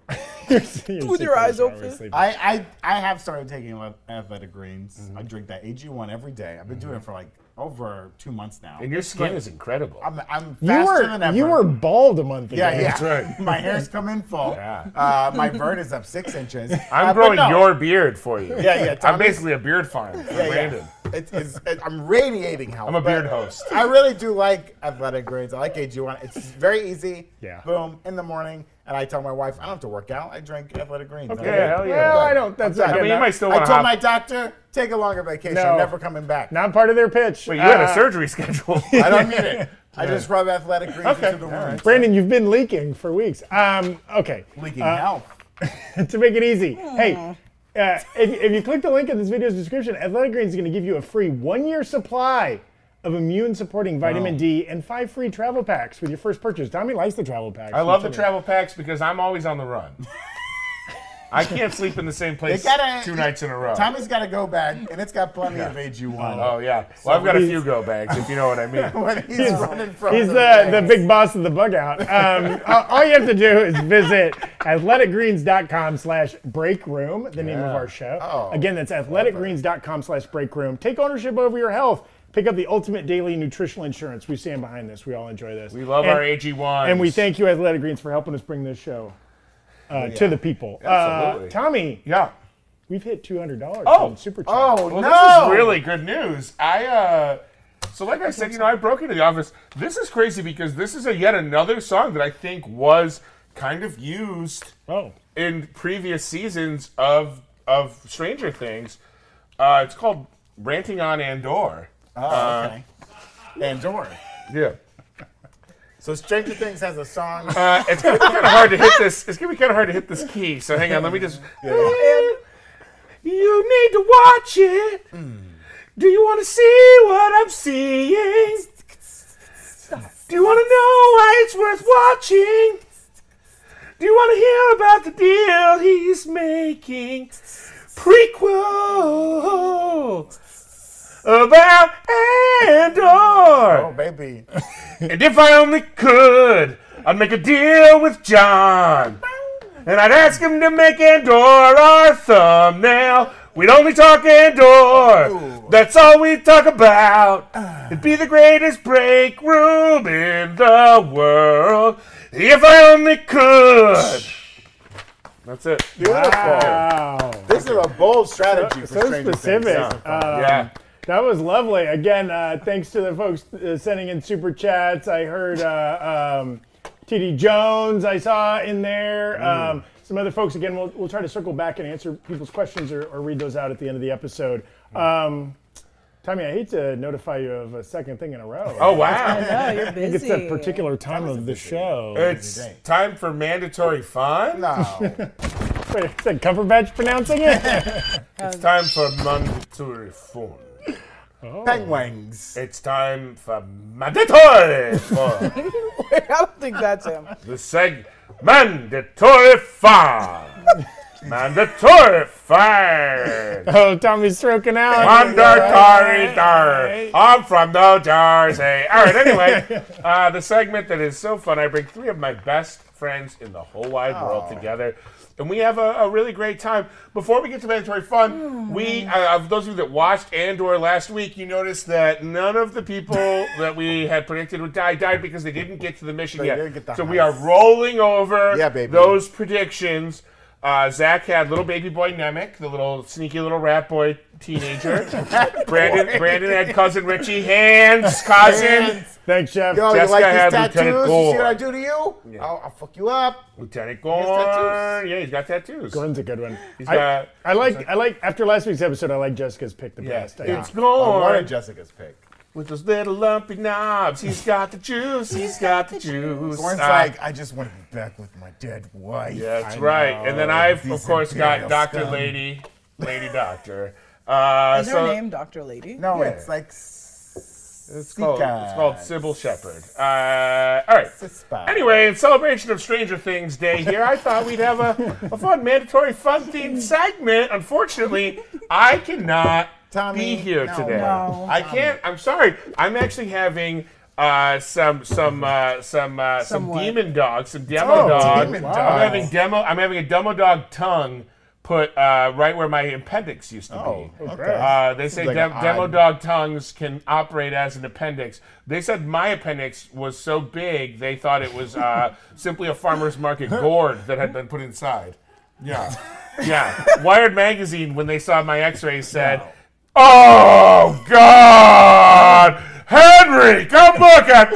S1: With
S2: your eyes open.
S3: I, I, I have started taking le- athletic greens.
S1: Mm-hmm.
S3: I drink that AG1 every day. I've been doing it for like over two months now.
S4: And your skin is incredible.
S3: I'm, I'm faster
S1: You
S3: than
S1: were,
S3: ever.
S1: you were bald a month ago.
S3: Yeah, yeah.
S4: That's right.
S3: My hair's come in full.
S4: Yeah.
S3: Uh, my vert is up six inches.
S4: I'm
S3: Uh, but
S4: growing
S3: no,
S4: your beard for you.
S3: Yeah, yeah,
S4: I'm
S3: Tommy's-
S4: basically a beard farm.
S3: yeah, yeah.
S4: Brandon.
S3: It is, it, I'm radiating health.
S4: I'm a
S3: but
S4: beard host.
S3: I really do like athletic greens. I like AG1. It's very easy.
S1: Yeah.
S3: Boom, in the morning. And I tell my wife, I don't have to work out. I drink athletic greens.
S4: Okay,
S3: I'm good.
S4: hell yeah.
S1: Well, I don't. That's not
S3: I'm done.
S4: I mean, you might still
S3: I
S4: want to
S3: told
S4: hop.
S3: my doctor, take a longer vacation.
S1: No.
S3: I'm never coming back.
S1: not part of their pitch.
S4: Wait, you had
S1: Uh,
S4: a surgery schedule.
S3: I don't need it. I just rub athletic greens into the worm.
S1: Brandon, you've been leaking for weeks. Um, okay.
S3: Leaking
S1: Uh,
S3: health.
S1: to make it easy. Hey, uh, if, if you click the link in this video's description, Athletic Greens is going to give you a free one-year supply of immune-supporting vitamin D and five free travel packs with your first purchase. Tommy likes the travel packs.
S4: I love the travel packs because I'm always on the run. I can't sleep in the same place
S3: They gotta-
S4: two nights in a row.
S3: Tommy's got a go bag, and it's got plenty of AG1.
S4: oh yeah. Well, I've got a few go bags if you know what I mean.
S3: When he's running from
S1: He's
S3: the
S1: the, the
S3: bank.
S1: big boss of the bug out. Um, all- all you have to do is visit athleticgreens.com slash breakroom, the name of our show.
S3: Oh.
S1: Again, that's athleticgreens.com slash breakroom. Take ownership over your health. Pick up the ultimate daily nutritional insurance. We stand behind this. We all enjoy this.
S4: We love
S1: And-
S4: our AG one.
S1: And we thank you, Athletic Greens, for helping us bring this show uh, to the people. Uh,
S4: Absolutely.
S1: Tommy,
S4: Yeah.
S1: we've hit two hundred dollars
S4: Oh.
S1: on Super Chat.
S3: Oh,
S4: Well,
S3: no.
S4: this is really good news. I uh, so like I said, you know, I broke into the office. This is crazy because this is a yet another song that I think was kind of used
S1: Oh.
S4: in previous seasons of of Stranger Things. Uh, it's called "Ranting on Andor."
S3: Oh, okay. Andor.
S4: Yeah.
S3: So Stranger Things has a song.
S4: Uh, it's gonna be kind of hard to hit this. It's gonna be kind of hard to hit this key. So hang on, let me just. You need to watch it. Do you want to see what I'm seeing? Do you want to know why it's worth watching? Do you want to hear about the deal he's making? Prequel about
S3: Oh,
S4: Andor.
S3: baby.
S4: And if I only could, I'd make a deal with John. And I'd ask him to make Andor our thumbnail. We'd only talk Andor. That's all we talk about. It'd be the greatest break room in the world. If I only could. That's it.
S3: Beautiful.
S1: Wow.
S3: This is a bold strategy for
S1: So
S3: Stranger
S1: specific.
S3: Things.
S1: Um,
S4: Yeah.
S1: That was lovely. Again, uh, thanks to the folks uh, sending in super chats. I heard uh, um, TD Jones, I saw in there.
S4: Mm.
S1: Um, some other folks, again, we'll, we'll try to circle back and answer people's questions or, or read those out at the end of the episode.
S4: Mm.
S1: Um, Tommy, I hate to notify you of a second thing in a row.
S4: Oh, wow.
S2: No, you're busy.
S1: It's that particular time of the show.
S4: It's time for mandatory fun.
S3: No.
S1: Wait, is that Cumberbatch pronouncing it?
S4: It's time for mandatory fun.
S3: Penguins.
S4: It's time for mandatory fun.
S2: I don't think that's him.
S4: the seg mandatory fun. mandatory fun.
S1: oh, Tommy's stroking out.
S4: Mandatory dar. I'm from New Jersey. All right, anyway, uh, the segment that is so fun, I bring three of my best friends in the whole wide world
S3: Oh.
S4: together. And we have a, a really great time. Before we get to mandatory fun,
S3: Hmm.
S4: we, uh, of those of you that watched Andor last week, you noticed that none of the people that we had predicted would die died because they didn't get to the mission
S3: They
S4: yet.
S3: didn't get the
S4: so we are
S3: heist.
S4: rolling over
S3: Yeah, baby.
S4: those those predictions. Uh, Zach had little baby boy Nemec, the little sneaky little rat boy teenager. Brandon, Brandon had cousin Richie Hands, cousin
S1: Thanks, Chef.
S3: Yo, you
S4: Jessica
S3: like
S4: had
S3: these
S4: Lieutenant
S3: tattoos? You see
S4: Gore.
S3: what I do to you? I'll, I'll fuck you up.
S4: Lieutenant
S3: tattoos.
S4: Gorn. Yeah, he's got tattoos.
S1: Glenn's a good one.
S4: He's
S1: I,
S4: got-
S1: I like I like after last week's episode. I like Jessica's pick the
S4: Yeah,
S1: best. I
S4: it's
S1: think.
S3: I
S4: Gorn
S3: wanted Jessica's pick.
S4: with those little lumpy knobs. He's got the juice. He's got the juice.
S3: Gorn's
S4: Ah,
S3: like, I just want to be back with my dead wife.
S4: Yeah, that's
S3: I
S4: right. And then
S3: know,
S4: I've of
S3: these
S4: course got
S3: imperial
S4: Doctor
S3: scum.
S4: Lady, Lady Doctor. Uh,
S2: Is
S4: so-
S2: her name Dr. Lady?
S3: No,
S4: Yeah.
S3: it's like.
S4: It's called, it's called Sybil Shepherd. Uh, all right.
S3: Sispa.
S4: Anyway, in celebration of Stranger Things Day here, I thought we'd have a, a fun mandatory fun themed segment. Unfortunately, I cannot
S3: Tommy,
S4: be here
S3: no.
S4: today.
S2: No.
S4: I can't. I'm sorry. I'm actually having uh, some some uh, some uh, some
S2: Somewhat.
S4: demon dogs, some demo
S3: Oh,
S4: dog. uh,
S3: demon
S4: I'm
S3: dogs.
S4: having demo. I'm having a demo dog tongue put uh, right where my appendix used to
S3: Oh,
S4: be.
S3: okay.
S4: Uh, they say
S3: like
S4: dem-
S3: an
S4: demo
S3: odd-
S4: dog tongues can operate as an appendix. They said my appendix was so big they thought it was uh, simply a farmer's market gourd that had been put inside. Yeah, yeah. Wired magazine, when they saw my X-rays, said, "Oh God, Henry, come look at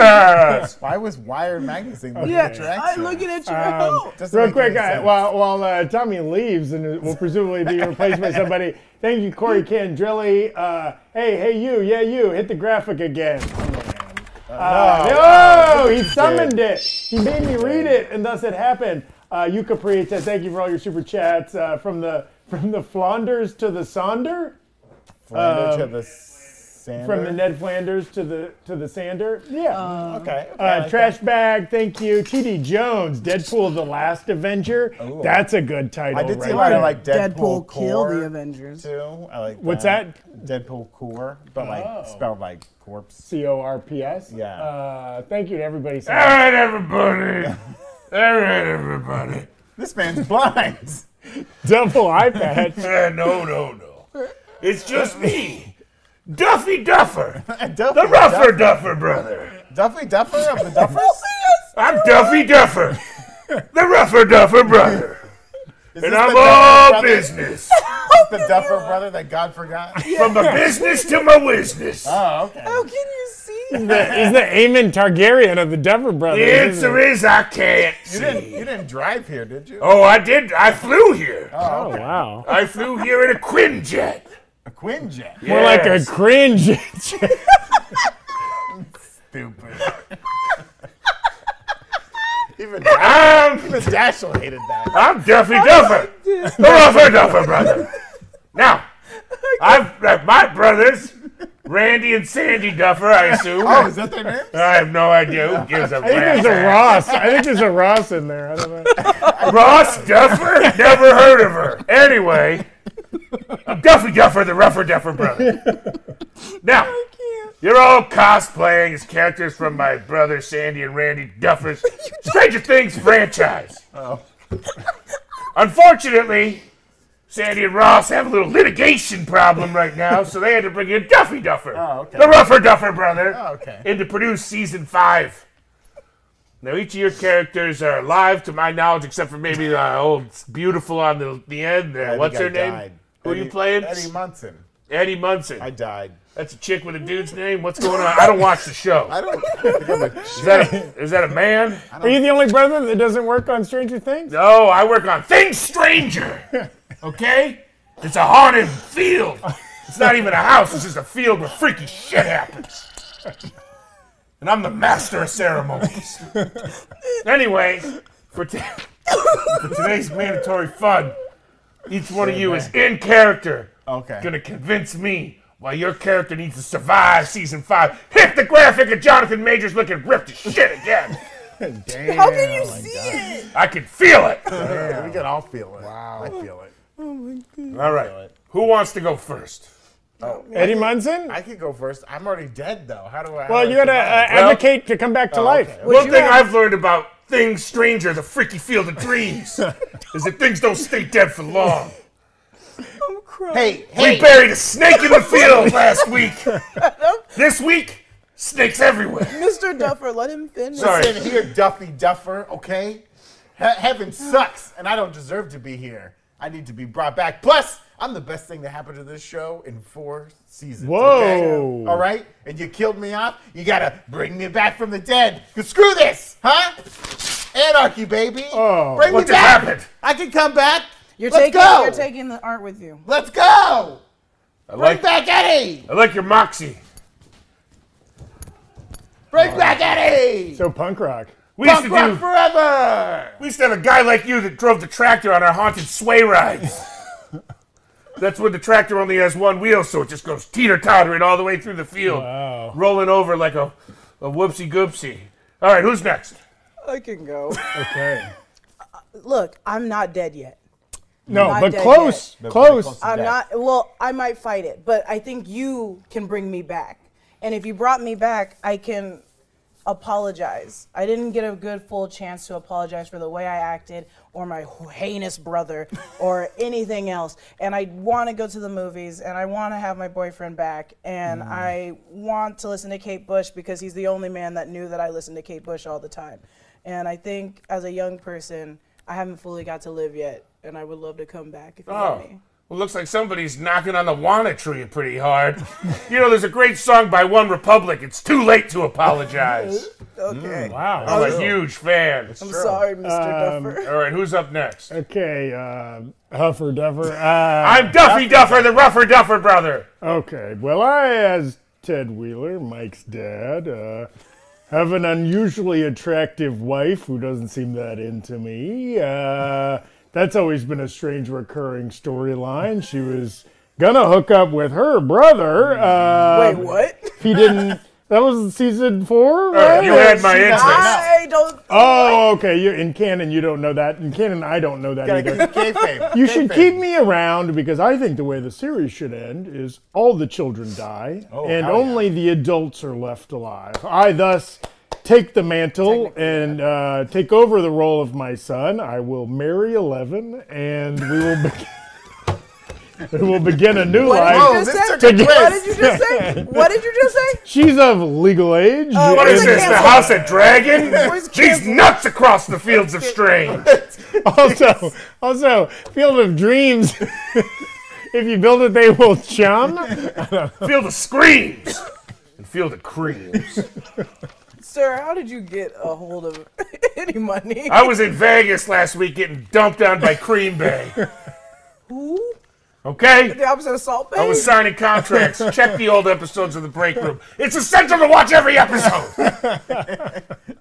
S4: this."
S3: Why was Wired Magazine looking
S2: Yeah,
S3: at your
S2: I'm
S3: accent?
S2: looking at you.
S3: Doesn't
S1: Real
S3: make any
S1: quick, I,
S3: sense.
S1: while while uh, Tommy leaves and will presumably be replaced by somebody. Thank you, Corey Candrilli. Uh, hey, hey, you, yeah, you, hit the graphic again.
S3: Oh,
S1: Uh, no, he summoned it. He made me read it, and thus it happened. Uh, Yuka Prieta, thank you for all your super chats uh, from the from the Flanders to the Sonder.
S3: Flounder to
S1: um,
S3: the
S1: From the
S3: Sander.
S1: Ned Flanders to the to the Sander. Yeah.
S3: Okay. okay, Oh, I
S1: Uh,
S3: like
S1: trash bag, thank you. TD Jones, Deadpool, the Last Avenger. That's a good title.
S3: that. I did see
S1: right
S3: a lot
S1: there.
S3: of like Deadpool,
S2: Deadpool
S3: core
S2: killed the Avengers.
S3: too. I like.
S1: What's
S3: Deadpool core, but like
S4: Oh.
S3: spelled like corpse.
S1: C O R P S.
S3: Yeah.
S1: Uh, thank you to everybody.
S4: All right, everybody. All right, everybody.
S3: This man's blind.
S1: Double iPad.
S4: Eh, no, no, no. It's just me, Duffy Duffer,
S3: Duffy,
S4: the rougher Duffer brother.
S3: Duffy Duffer of the Duffers.
S4: I'm Duffy Duffer, the rougher Duffer brother,
S3: Is
S4: and
S3: this
S4: I'm
S3: the Duffer
S4: all
S3: brother-
S4: business,
S3: The Duffer brother that God forgot.
S4: from my business to my business.
S3: Oh, okay.
S2: How can you see?
S1: He's the Aemon Targaryen of the Duffer Brothers.
S4: The
S1: isn't
S4: answer
S1: he?
S4: is I can't
S3: You
S4: see.
S3: didn't. You didn't drive here, did you?
S4: Oh, I did. I flew here.
S1: Oh, wow.
S4: I flew here in a Quinjet.
S3: A Quinjet.
S1: More like a cringe.
S3: Stupid. Even Dash-
S4: I'm,
S3: even Dashel hated that.
S4: I'm Duffy Duffer, the rougher Duffer brother. Now, I've uh, my brothers Randy and Sandy Duffer, I assume.
S3: Oh, is that their name?
S4: I have no idea who gives a
S1: I think there's
S4: rat's
S1: a
S4: ass.
S1: Ross. I think there's a Ross in there. I don't know.
S4: Ross Duffer? Never heard of her. Anyway, I'm Duffy Duffer, the rougher Duffer brother. Now, you're all cosplaying as characters from my brother Sandy and Randy Duffer's Stranger Things franchise.
S3: Oh.
S4: Unfortunately, Sandy and Ross have a little litigation problem right now, so they had to bring in Duffy Duffer,
S3: Oh, okay.
S4: the rougher Duffer brother,
S3: Oh, okay.
S4: in to produce season five. Now, each of your characters are alive, to my knowledge, except for maybe the old beautiful on the, the end there.
S3: I
S4: What's her
S3: think I
S4: name?
S3: died.
S4: Who are you
S3: Eddie-
S4: playing?
S3: Eddie Munson.
S4: Eddie Munson.
S3: I died.
S4: That's a chick with a dude's name. What's going on? I don't watch the show.
S3: I don't. I think I'm a
S4: Is that a, is that a man?
S1: Are you the only brother that doesn't work on Stranger Things?
S4: No, I work on Things Stranger. Okay? It's a haunted field. It's not even a house, it's just a field where freaky shit happens. And I'm the master of ceremonies. Anyway, for, t- for today's mandatory fun, each one of you is in character.
S3: Okay.
S4: Gonna convince me why your character needs to survive season five. Hit the graphic of Jonathan Majors looking ripped to shit again.
S2: How can you see it?
S4: I can feel it.
S3: Yeah, we can all feel it. Wow. I feel it.
S4: All right. Who wants to go first?
S1: Eddie Munson?
S3: I could go first. I'm already dead though. How do I? how
S1: Well,
S3: do
S1: you
S3: I
S1: gotta uh,
S3: survive?
S4: Well-
S1: advocate to come back to life.
S3: okay.
S4: One
S2: you
S4: thing
S2: have-
S4: I've learned about things stranger, the freaky field of dreams, is that things don't stay dead for long.
S2: I'm crying.
S3: Hey,
S4: We buried a snake in the field last week. This week, snakes everywhere.
S2: Mr. Duffer, let him finish.
S4: Sorry.
S3: listen here, Duffy Duffer. Okay, he- heaven sucks, and I don't deserve to be here. I need to be brought back. Plus, I'm the best thing that happened to this show in four seasons. okay?
S1: Whoa.
S3: All right, and you killed me off. You gotta bring me back from the dead. 'Cause screw this, huh? Anarchy, baby.
S1: Oh.
S3: bring
S4: What
S3: me
S4: just
S3: back.
S4: happened?
S3: I can come back.
S2: You're
S3: Let's
S2: taking
S3: go.
S2: you're taking the art with you.
S3: Let's go.
S4: I
S3: Bring
S4: like,
S3: back Eddie.
S4: I like your moxie. Oh.
S3: Bring back Eddie.
S1: So punk rock.
S4: We used, to
S3: Punk rock
S4: do,
S3: forever.
S4: we used to have a guy like you that drove the tractor on our haunted sleigh rides. That's when the tractor only has one wheel, so it just goes teeter tottering all the way through the field,
S1: Wow.
S4: rolling over like a, a whoopsie goopsie. All right, who's next?
S2: I can go.
S1: Okay.
S2: Look, I'm not dead yet.
S1: No,
S2: Not
S1: but
S2: dead
S1: close,
S3: yet.
S1: close.
S2: I'm
S3: death.
S2: not. Well, I might fight it, but I think you can bring me back. And if you brought me back, I can apologize. I didn't get a good full chance to apologize for the way I acted, or my heinous brother, or anything else. And I want to go to the movies, and I want to have my boyfriend back, and I want to listen to Kate Bush because he's the only man that knew that I listened to Kate Bush all the time. And I think as a young person, I haven't fully got to live yet, and I would love to come back if you let
S4: Oh.
S2: me.
S4: Well, looks like somebody's knocking on the wanna tree pretty hard. you know, there's a great song by One Republic. It's too late to apologize.
S2: Okay.
S1: Wow.
S4: I'm a huge fan.
S2: I'm sorry, Mr. Duffer.
S4: All right, who's up next?
S1: Okay, uh, Huffer Duffer. Uh,
S4: I'm Duffy Duffer, the rougher Duffer brother.
S1: okay, well, I, as Ted Wheeler, Mike's dad, uh, have an unusually attractive wife who doesn't seem that into me. Uh, that's always been a strange recurring storyline. She was gonna hook up with her brother. Uh,
S2: Wait, what?
S1: He didn't. That was season four,
S4: All
S1: right?
S4: right, you had my
S3: She-
S4: interest.
S2: I don't.
S1: Oh, okay. You're in canon. You don't know that. In canon, I don't know that
S3: Gotta
S1: either.
S3: get the kayfabe.
S1: You should
S3: Kayfabe.
S1: keep me around because I think the way the series should end is all the children die
S4: Oh,
S1: and
S3: hell yeah.
S1: only the adults are left alive. I thus take the mantle and uh, take over the role of my son. I will marry Eleven and we will be- we will begin a new
S2: What did
S1: life.
S2: you
S3: Whoa,
S2: just
S3: this
S2: say?
S3: took a
S2: What
S1: twist.
S2: did you just say? What did you just say?
S1: She's of legal age.
S2: Uh,
S4: Oh, What
S2: Where's
S4: is
S2: the
S4: this, the
S2: cancel?
S4: House of Dragon?
S2: Where's the
S4: She's
S2: cancel?
S4: nuts across the fields of strange.
S1: also, also, Field of Dreams. if you build it, they will chum.
S4: Field of screams. And field of creams.
S2: Sir, how did you get a hold of any money?
S4: I was in Vegas last week getting dumped on by Cream Bay.
S2: Who?
S4: Okay?
S2: The opposite of salt
S4: I
S2: Bay?
S4: was signing contracts. Check the old episodes of the break room. It's essential to watch every episode.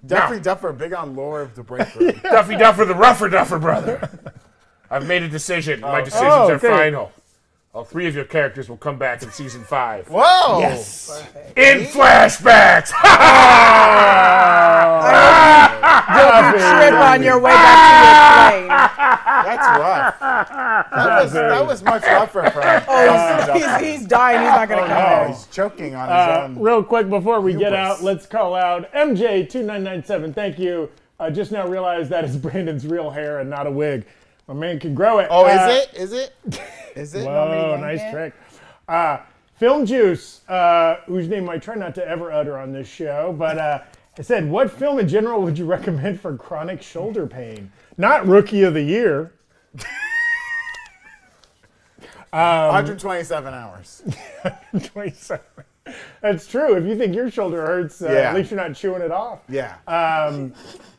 S3: Duffy Duffer, big on lore of the break room.
S4: Duffy Duffer, the rougher Duffer brother. I've made a decision. My decisions
S1: Oh,
S4: are
S1: okay.
S4: final. All three of your characters will come back in season five.
S3: Whoa!
S1: Yes.
S4: In flashbacks!
S2: Trip on your way back to your plane.
S3: That's rough. That was, that was much rougher for him.
S2: Oh, he's, he's, he's dying. He's not gonna come.
S3: Oh,
S2: out.
S3: he's choking on
S1: Uh,
S3: his own.
S1: real quick before we get
S3: Hubris.
S1: out, let's call out MJ2997. Thank you. I just now realized that is Brandon's real hair and not a wig. My man can grow it.
S3: Oh,
S1: Uh,
S3: is it? Is it? Is it?
S1: Whoa, nice trick. Uh, Film Juice, uh, whose name I try not to ever utter on this show, but uh, I said, what film in general would you recommend for chronic shoulder pain? Not Rookie of the Year.
S3: 127 hours.
S1: 27. That's true. If you think your shoulder hurts, uh,
S3: Yeah.
S1: at least you're not chewing it off.
S3: Yeah.
S1: Um,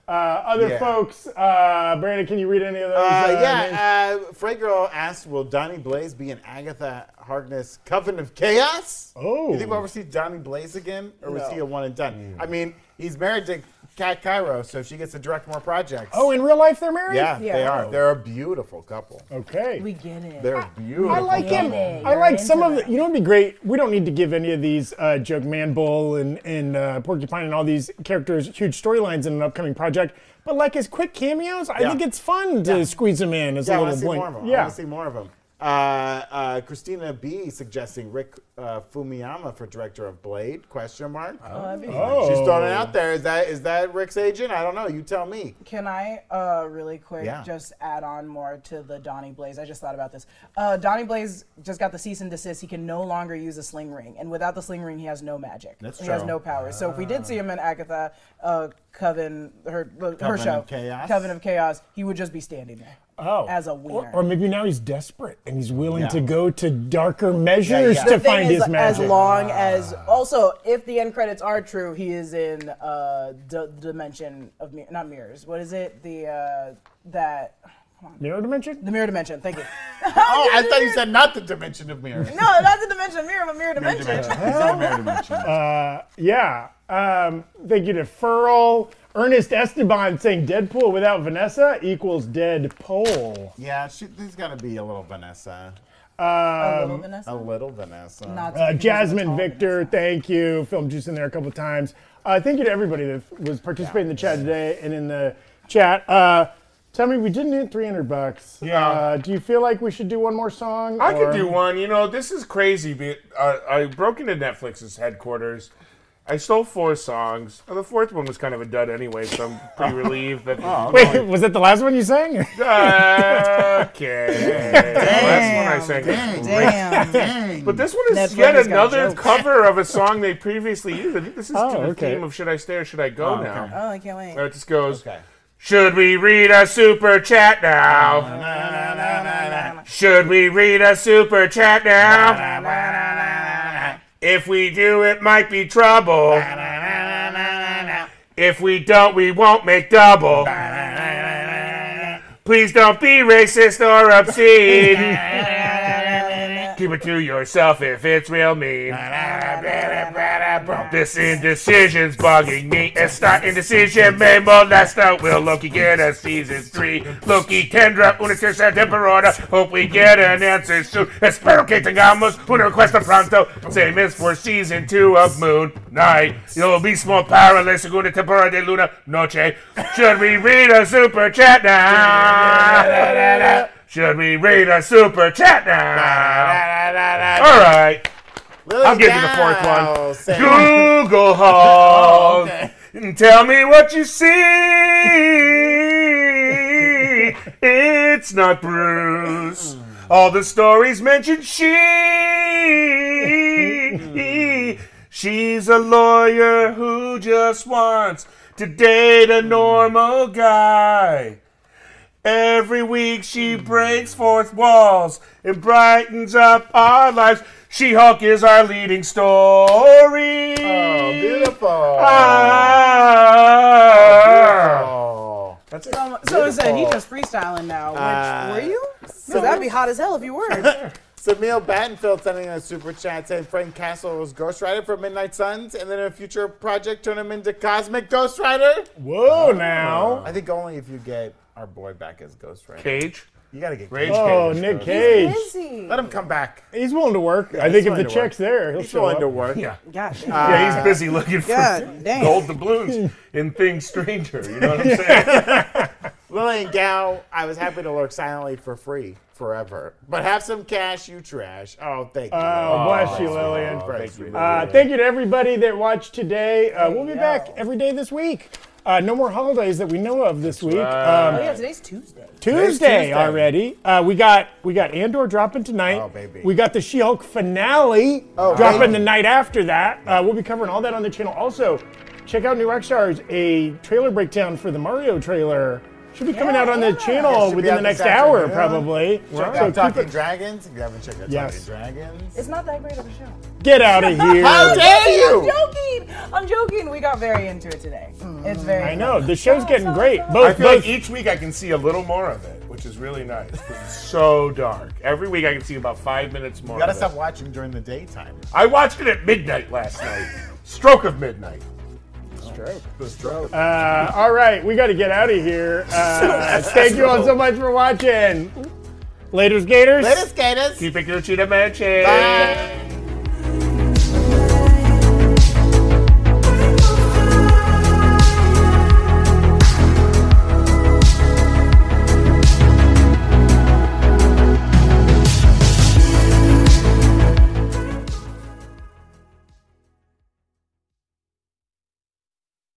S1: uh, other
S3: Yeah.
S1: folks, uh, Brandon, can you read any of those?
S3: Uh,
S1: names?
S3: yeah, uh, Frey Girl asked, "Will Donnie Blaze be in Agatha Harkness Coven of Chaos?"
S1: Oh.
S3: you think we'll ever see Donnie Blaze again, or was he a one and done? I mean, he's married to Kat Cairo, so she gets to direct more projects.
S1: Oh, in real life, they're married?
S3: yeah, they
S2: Yeah.
S3: are. They're a beautiful couple.
S1: Okay.
S8: We get it.
S3: They're a beautiful.
S1: I like him.
S8: Really?
S1: I
S8: You're
S1: like some
S8: into
S1: of the. You know, it'd be great. We don't need to give any of these uh, joke man bull and and uh, porcupine and all these characters huge storylines in an upcoming project. But like his quick cameos, I
S3: Yeah.
S1: think it's fun to
S3: Yeah.
S1: squeeze them in as
S3: Yeah,
S1: a
S3: I want
S1: little
S3: to see
S1: blink.
S3: more of them. I
S1: Yeah.
S3: want to see more of them. Uh, uh, Christina B suggesting Rick uh, Fumiyama for director of Blade? Question mark.
S1: Oh.
S3: She's throwing it out there. Is that is that Rick's agent? I don't know. You tell me.
S2: Can I uh, really quick
S3: Yeah.
S2: just add on more to the Donnie Blaze? I just thought about this. Uh, Donnie Blaze just got the cease and desist. He can no longer use a sling ring, and without the sling ring, he has no magic.
S3: That's
S2: he has
S3: true.
S2: no powers. So if we did see him in Agatha uh, Coven, her, her
S3: Coven
S2: show,
S3: of Chaos?
S2: Coven of Chaos, he would just be standing there
S1: Oh.
S2: as a
S1: Or,
S2: winner.
S1: or maybe now he's desperate and he's willing
S3: Yeah.
S1: to go to darker measures
S3: yeah.
S1: to
S2: The thing
S1: find
S2: is,
S1: his magic.
S2: As
S3: Ah.
S2: long as also, if the end credits are true, he is in uh, d- dimension of mir- not mirrors. What is it? The uh, that
S1: Mirror dimension?
S2: the mirror dimension. Thank you.
S3: Oh, I thought you said not the dimension of mirrors.
S2: No, not the dimension of mirror, but mirror dimension.
S1: Yeah. Um, thank you to Furl. Ernest Esteban saying Deadpool without Vanessa equals Uh, dead pole.
S3: yeah, she, there's got to be a little Vanessa.
S2: a Oh, little Vanessa.
S3: A little Vanessa.
S2: Not
S1: Um, oh, Uh,
S2: he wasn't a
S1: Jasmine
S2: tall
S1: Victor, thank you. Film Juice in there a couple times. Uh, thank you to everybody that was participating in the chat today and in the chat. Uh, tell me, we didn't hit 300 bucks.
S4: Yeah.
S1: Uh, do you feel like we should do one more song?
S4: I
S1: or-
S4: could do one. You know, this is crazy. be- Uh, I broke into Netflix's headquarters. I stole four songs. and the fourth one was kind of a dud anyway, so I'm pretty relieved
S3: Oh,
S4: that.
S1: Wait, was that the last one you sang?
S4: Uh, okay. Last one I sang. was great.
S2: Damn.
S4: But this one is
S2: Ned
S4: yet
S2: Flanders got
S4: another
S2: jokes.
S4: cover of a song they previously used. I think this is
S1: Oh,
S4: to the
S1: okay.
S4: theme of Should I Stay or Should I Go Now?
S2: oh, I can't wait.
S4: Uh, It just goes,
S3: Okay.
S4: Should we read a super chat now? Should we read a super chat now? If we do, it might be trouble. If we don't, we won't make double. Please don't be racist or obscene. Keep it to yourself if it's real mean. This indecision's bugging me. It's not indecision, memo last out. Will Loki get a season three? Loki tendra una terza temporada. Hope we get an answer soon. Espero que tengamos una respuesta pronto. Same as for season two of Moon Knight. You'll be small para la segunda temporada de Luna Noche. Should we read a super chat now? Should we read a super chat now? All right. I'll give you the fourth one. Google Hog. Tell me what you see. It's not Bruce. All the stories mention she. She's a lawyer who just wants to date a normal guy. Every week she breaks fourth walls and brightens up our lives. She Hulk is our leading story.
S3: Oh, beautiful.
S4: Ah.
S3: Oh, that's it.
S2: Um, so it said he just freestyling now. Which,
S1: Uh,
S2: were you? Because that'd be hot as hell if you were.
S3: Samil Battenfield sending a super chat saying Frank Castle was Ghost Rider for Midnight Suns, and then in a future project turn him into Cosmic Ghost Rider. Uh,
S1: Whoa, now.
S3: I think only if you get our boy back as Ghost Rider.
S4: Cage.
S3: You gotta get
S4: Rage
S3: Cage.
S1: Oh,
S4: Cage.
S1: Nick
S4: bro.
S1: Cage.
S2: Busy.
S3: Let him come back.
S1: He's willing to work. I think
S3: he's
S1: if the
S3: willing to work.
S1: check's there, he'll
S3: He's
S1: show
S3: willing
S1: up.
S3: to work.
S4: Yeah.
S2: Gosh.
S1: Uh,
S4: Yeah,
S3: Ah.
S4: he's busy looking for
S2: God damn.
S4: gold doubloons in Things Stranger. You know what I'm saying?
S3: Lillian Gao, I was happy to lurk silently for free forever. But have some cash, you trash. Oh, thank you.
S1: Oh, bless you, Lillian.
S3: Thank you,
S1: Uh,
S3: Lillian.
S1: thank you to everybody that watched today. Uh, we'll be
S2: you
S1: back
S2: go.
S1: every day this week. Uh, no more holidays that we know of this week. Um,
S2: Oh, yeah, today's Tuesday.
S1: Tuesday,
S3: Tuesday.
S1: already. Uh, we got we got Andor dropping tonight.
S3: Oh, baby.
S1: We got the She-Hulk finale
S3: Oh,
S1: dropping
S3: baby.
S1: the night after that. Uh, we'll be covering all that on the channel. Also, check out New Rockstars, a trailer breakdown for the Mario trailer. Should be coming out on the
S2: yeah.
S1: channel
S3: Should be
S1: within
S3: out
S1: the
S3: this
S1: next hour,
S3: afternoon.
S1: probably.
S3: Check
S1: So
S3: out
S1: keep
S3: Talking
S1: it-
S3: Dragons. If you haven't checked out
S1: Uh, Yes.
S3: Talking Dragons.
S2: It's not that great of a show.
S1: Get out of here.
S3: How dare
S2: I'm
S3: you!
S2: joking. I'm joking. We got very into it today. It's very.
S1: I know the show's getting
S2: Sorry,
S1: great.
S2: sorry.
S4: I
S1: Both,
S4: feel like
S1: both.
S4: each week I can see a little more of it, which is really nice. 'cause It's so dark. Every week I can see about five minutes more.
S3: You gotta
S4: of it.
S3: stop watching during the daytime.
S4: I watched it at midnight last night. Stroke of midnight.
S1: Uh, all right, we got to get out of here. Uh, thank you all so much for watching. Later's Gators.
S3: Let us, Gators.
S4: Keep it Gucci to mansion.
S3: Bye.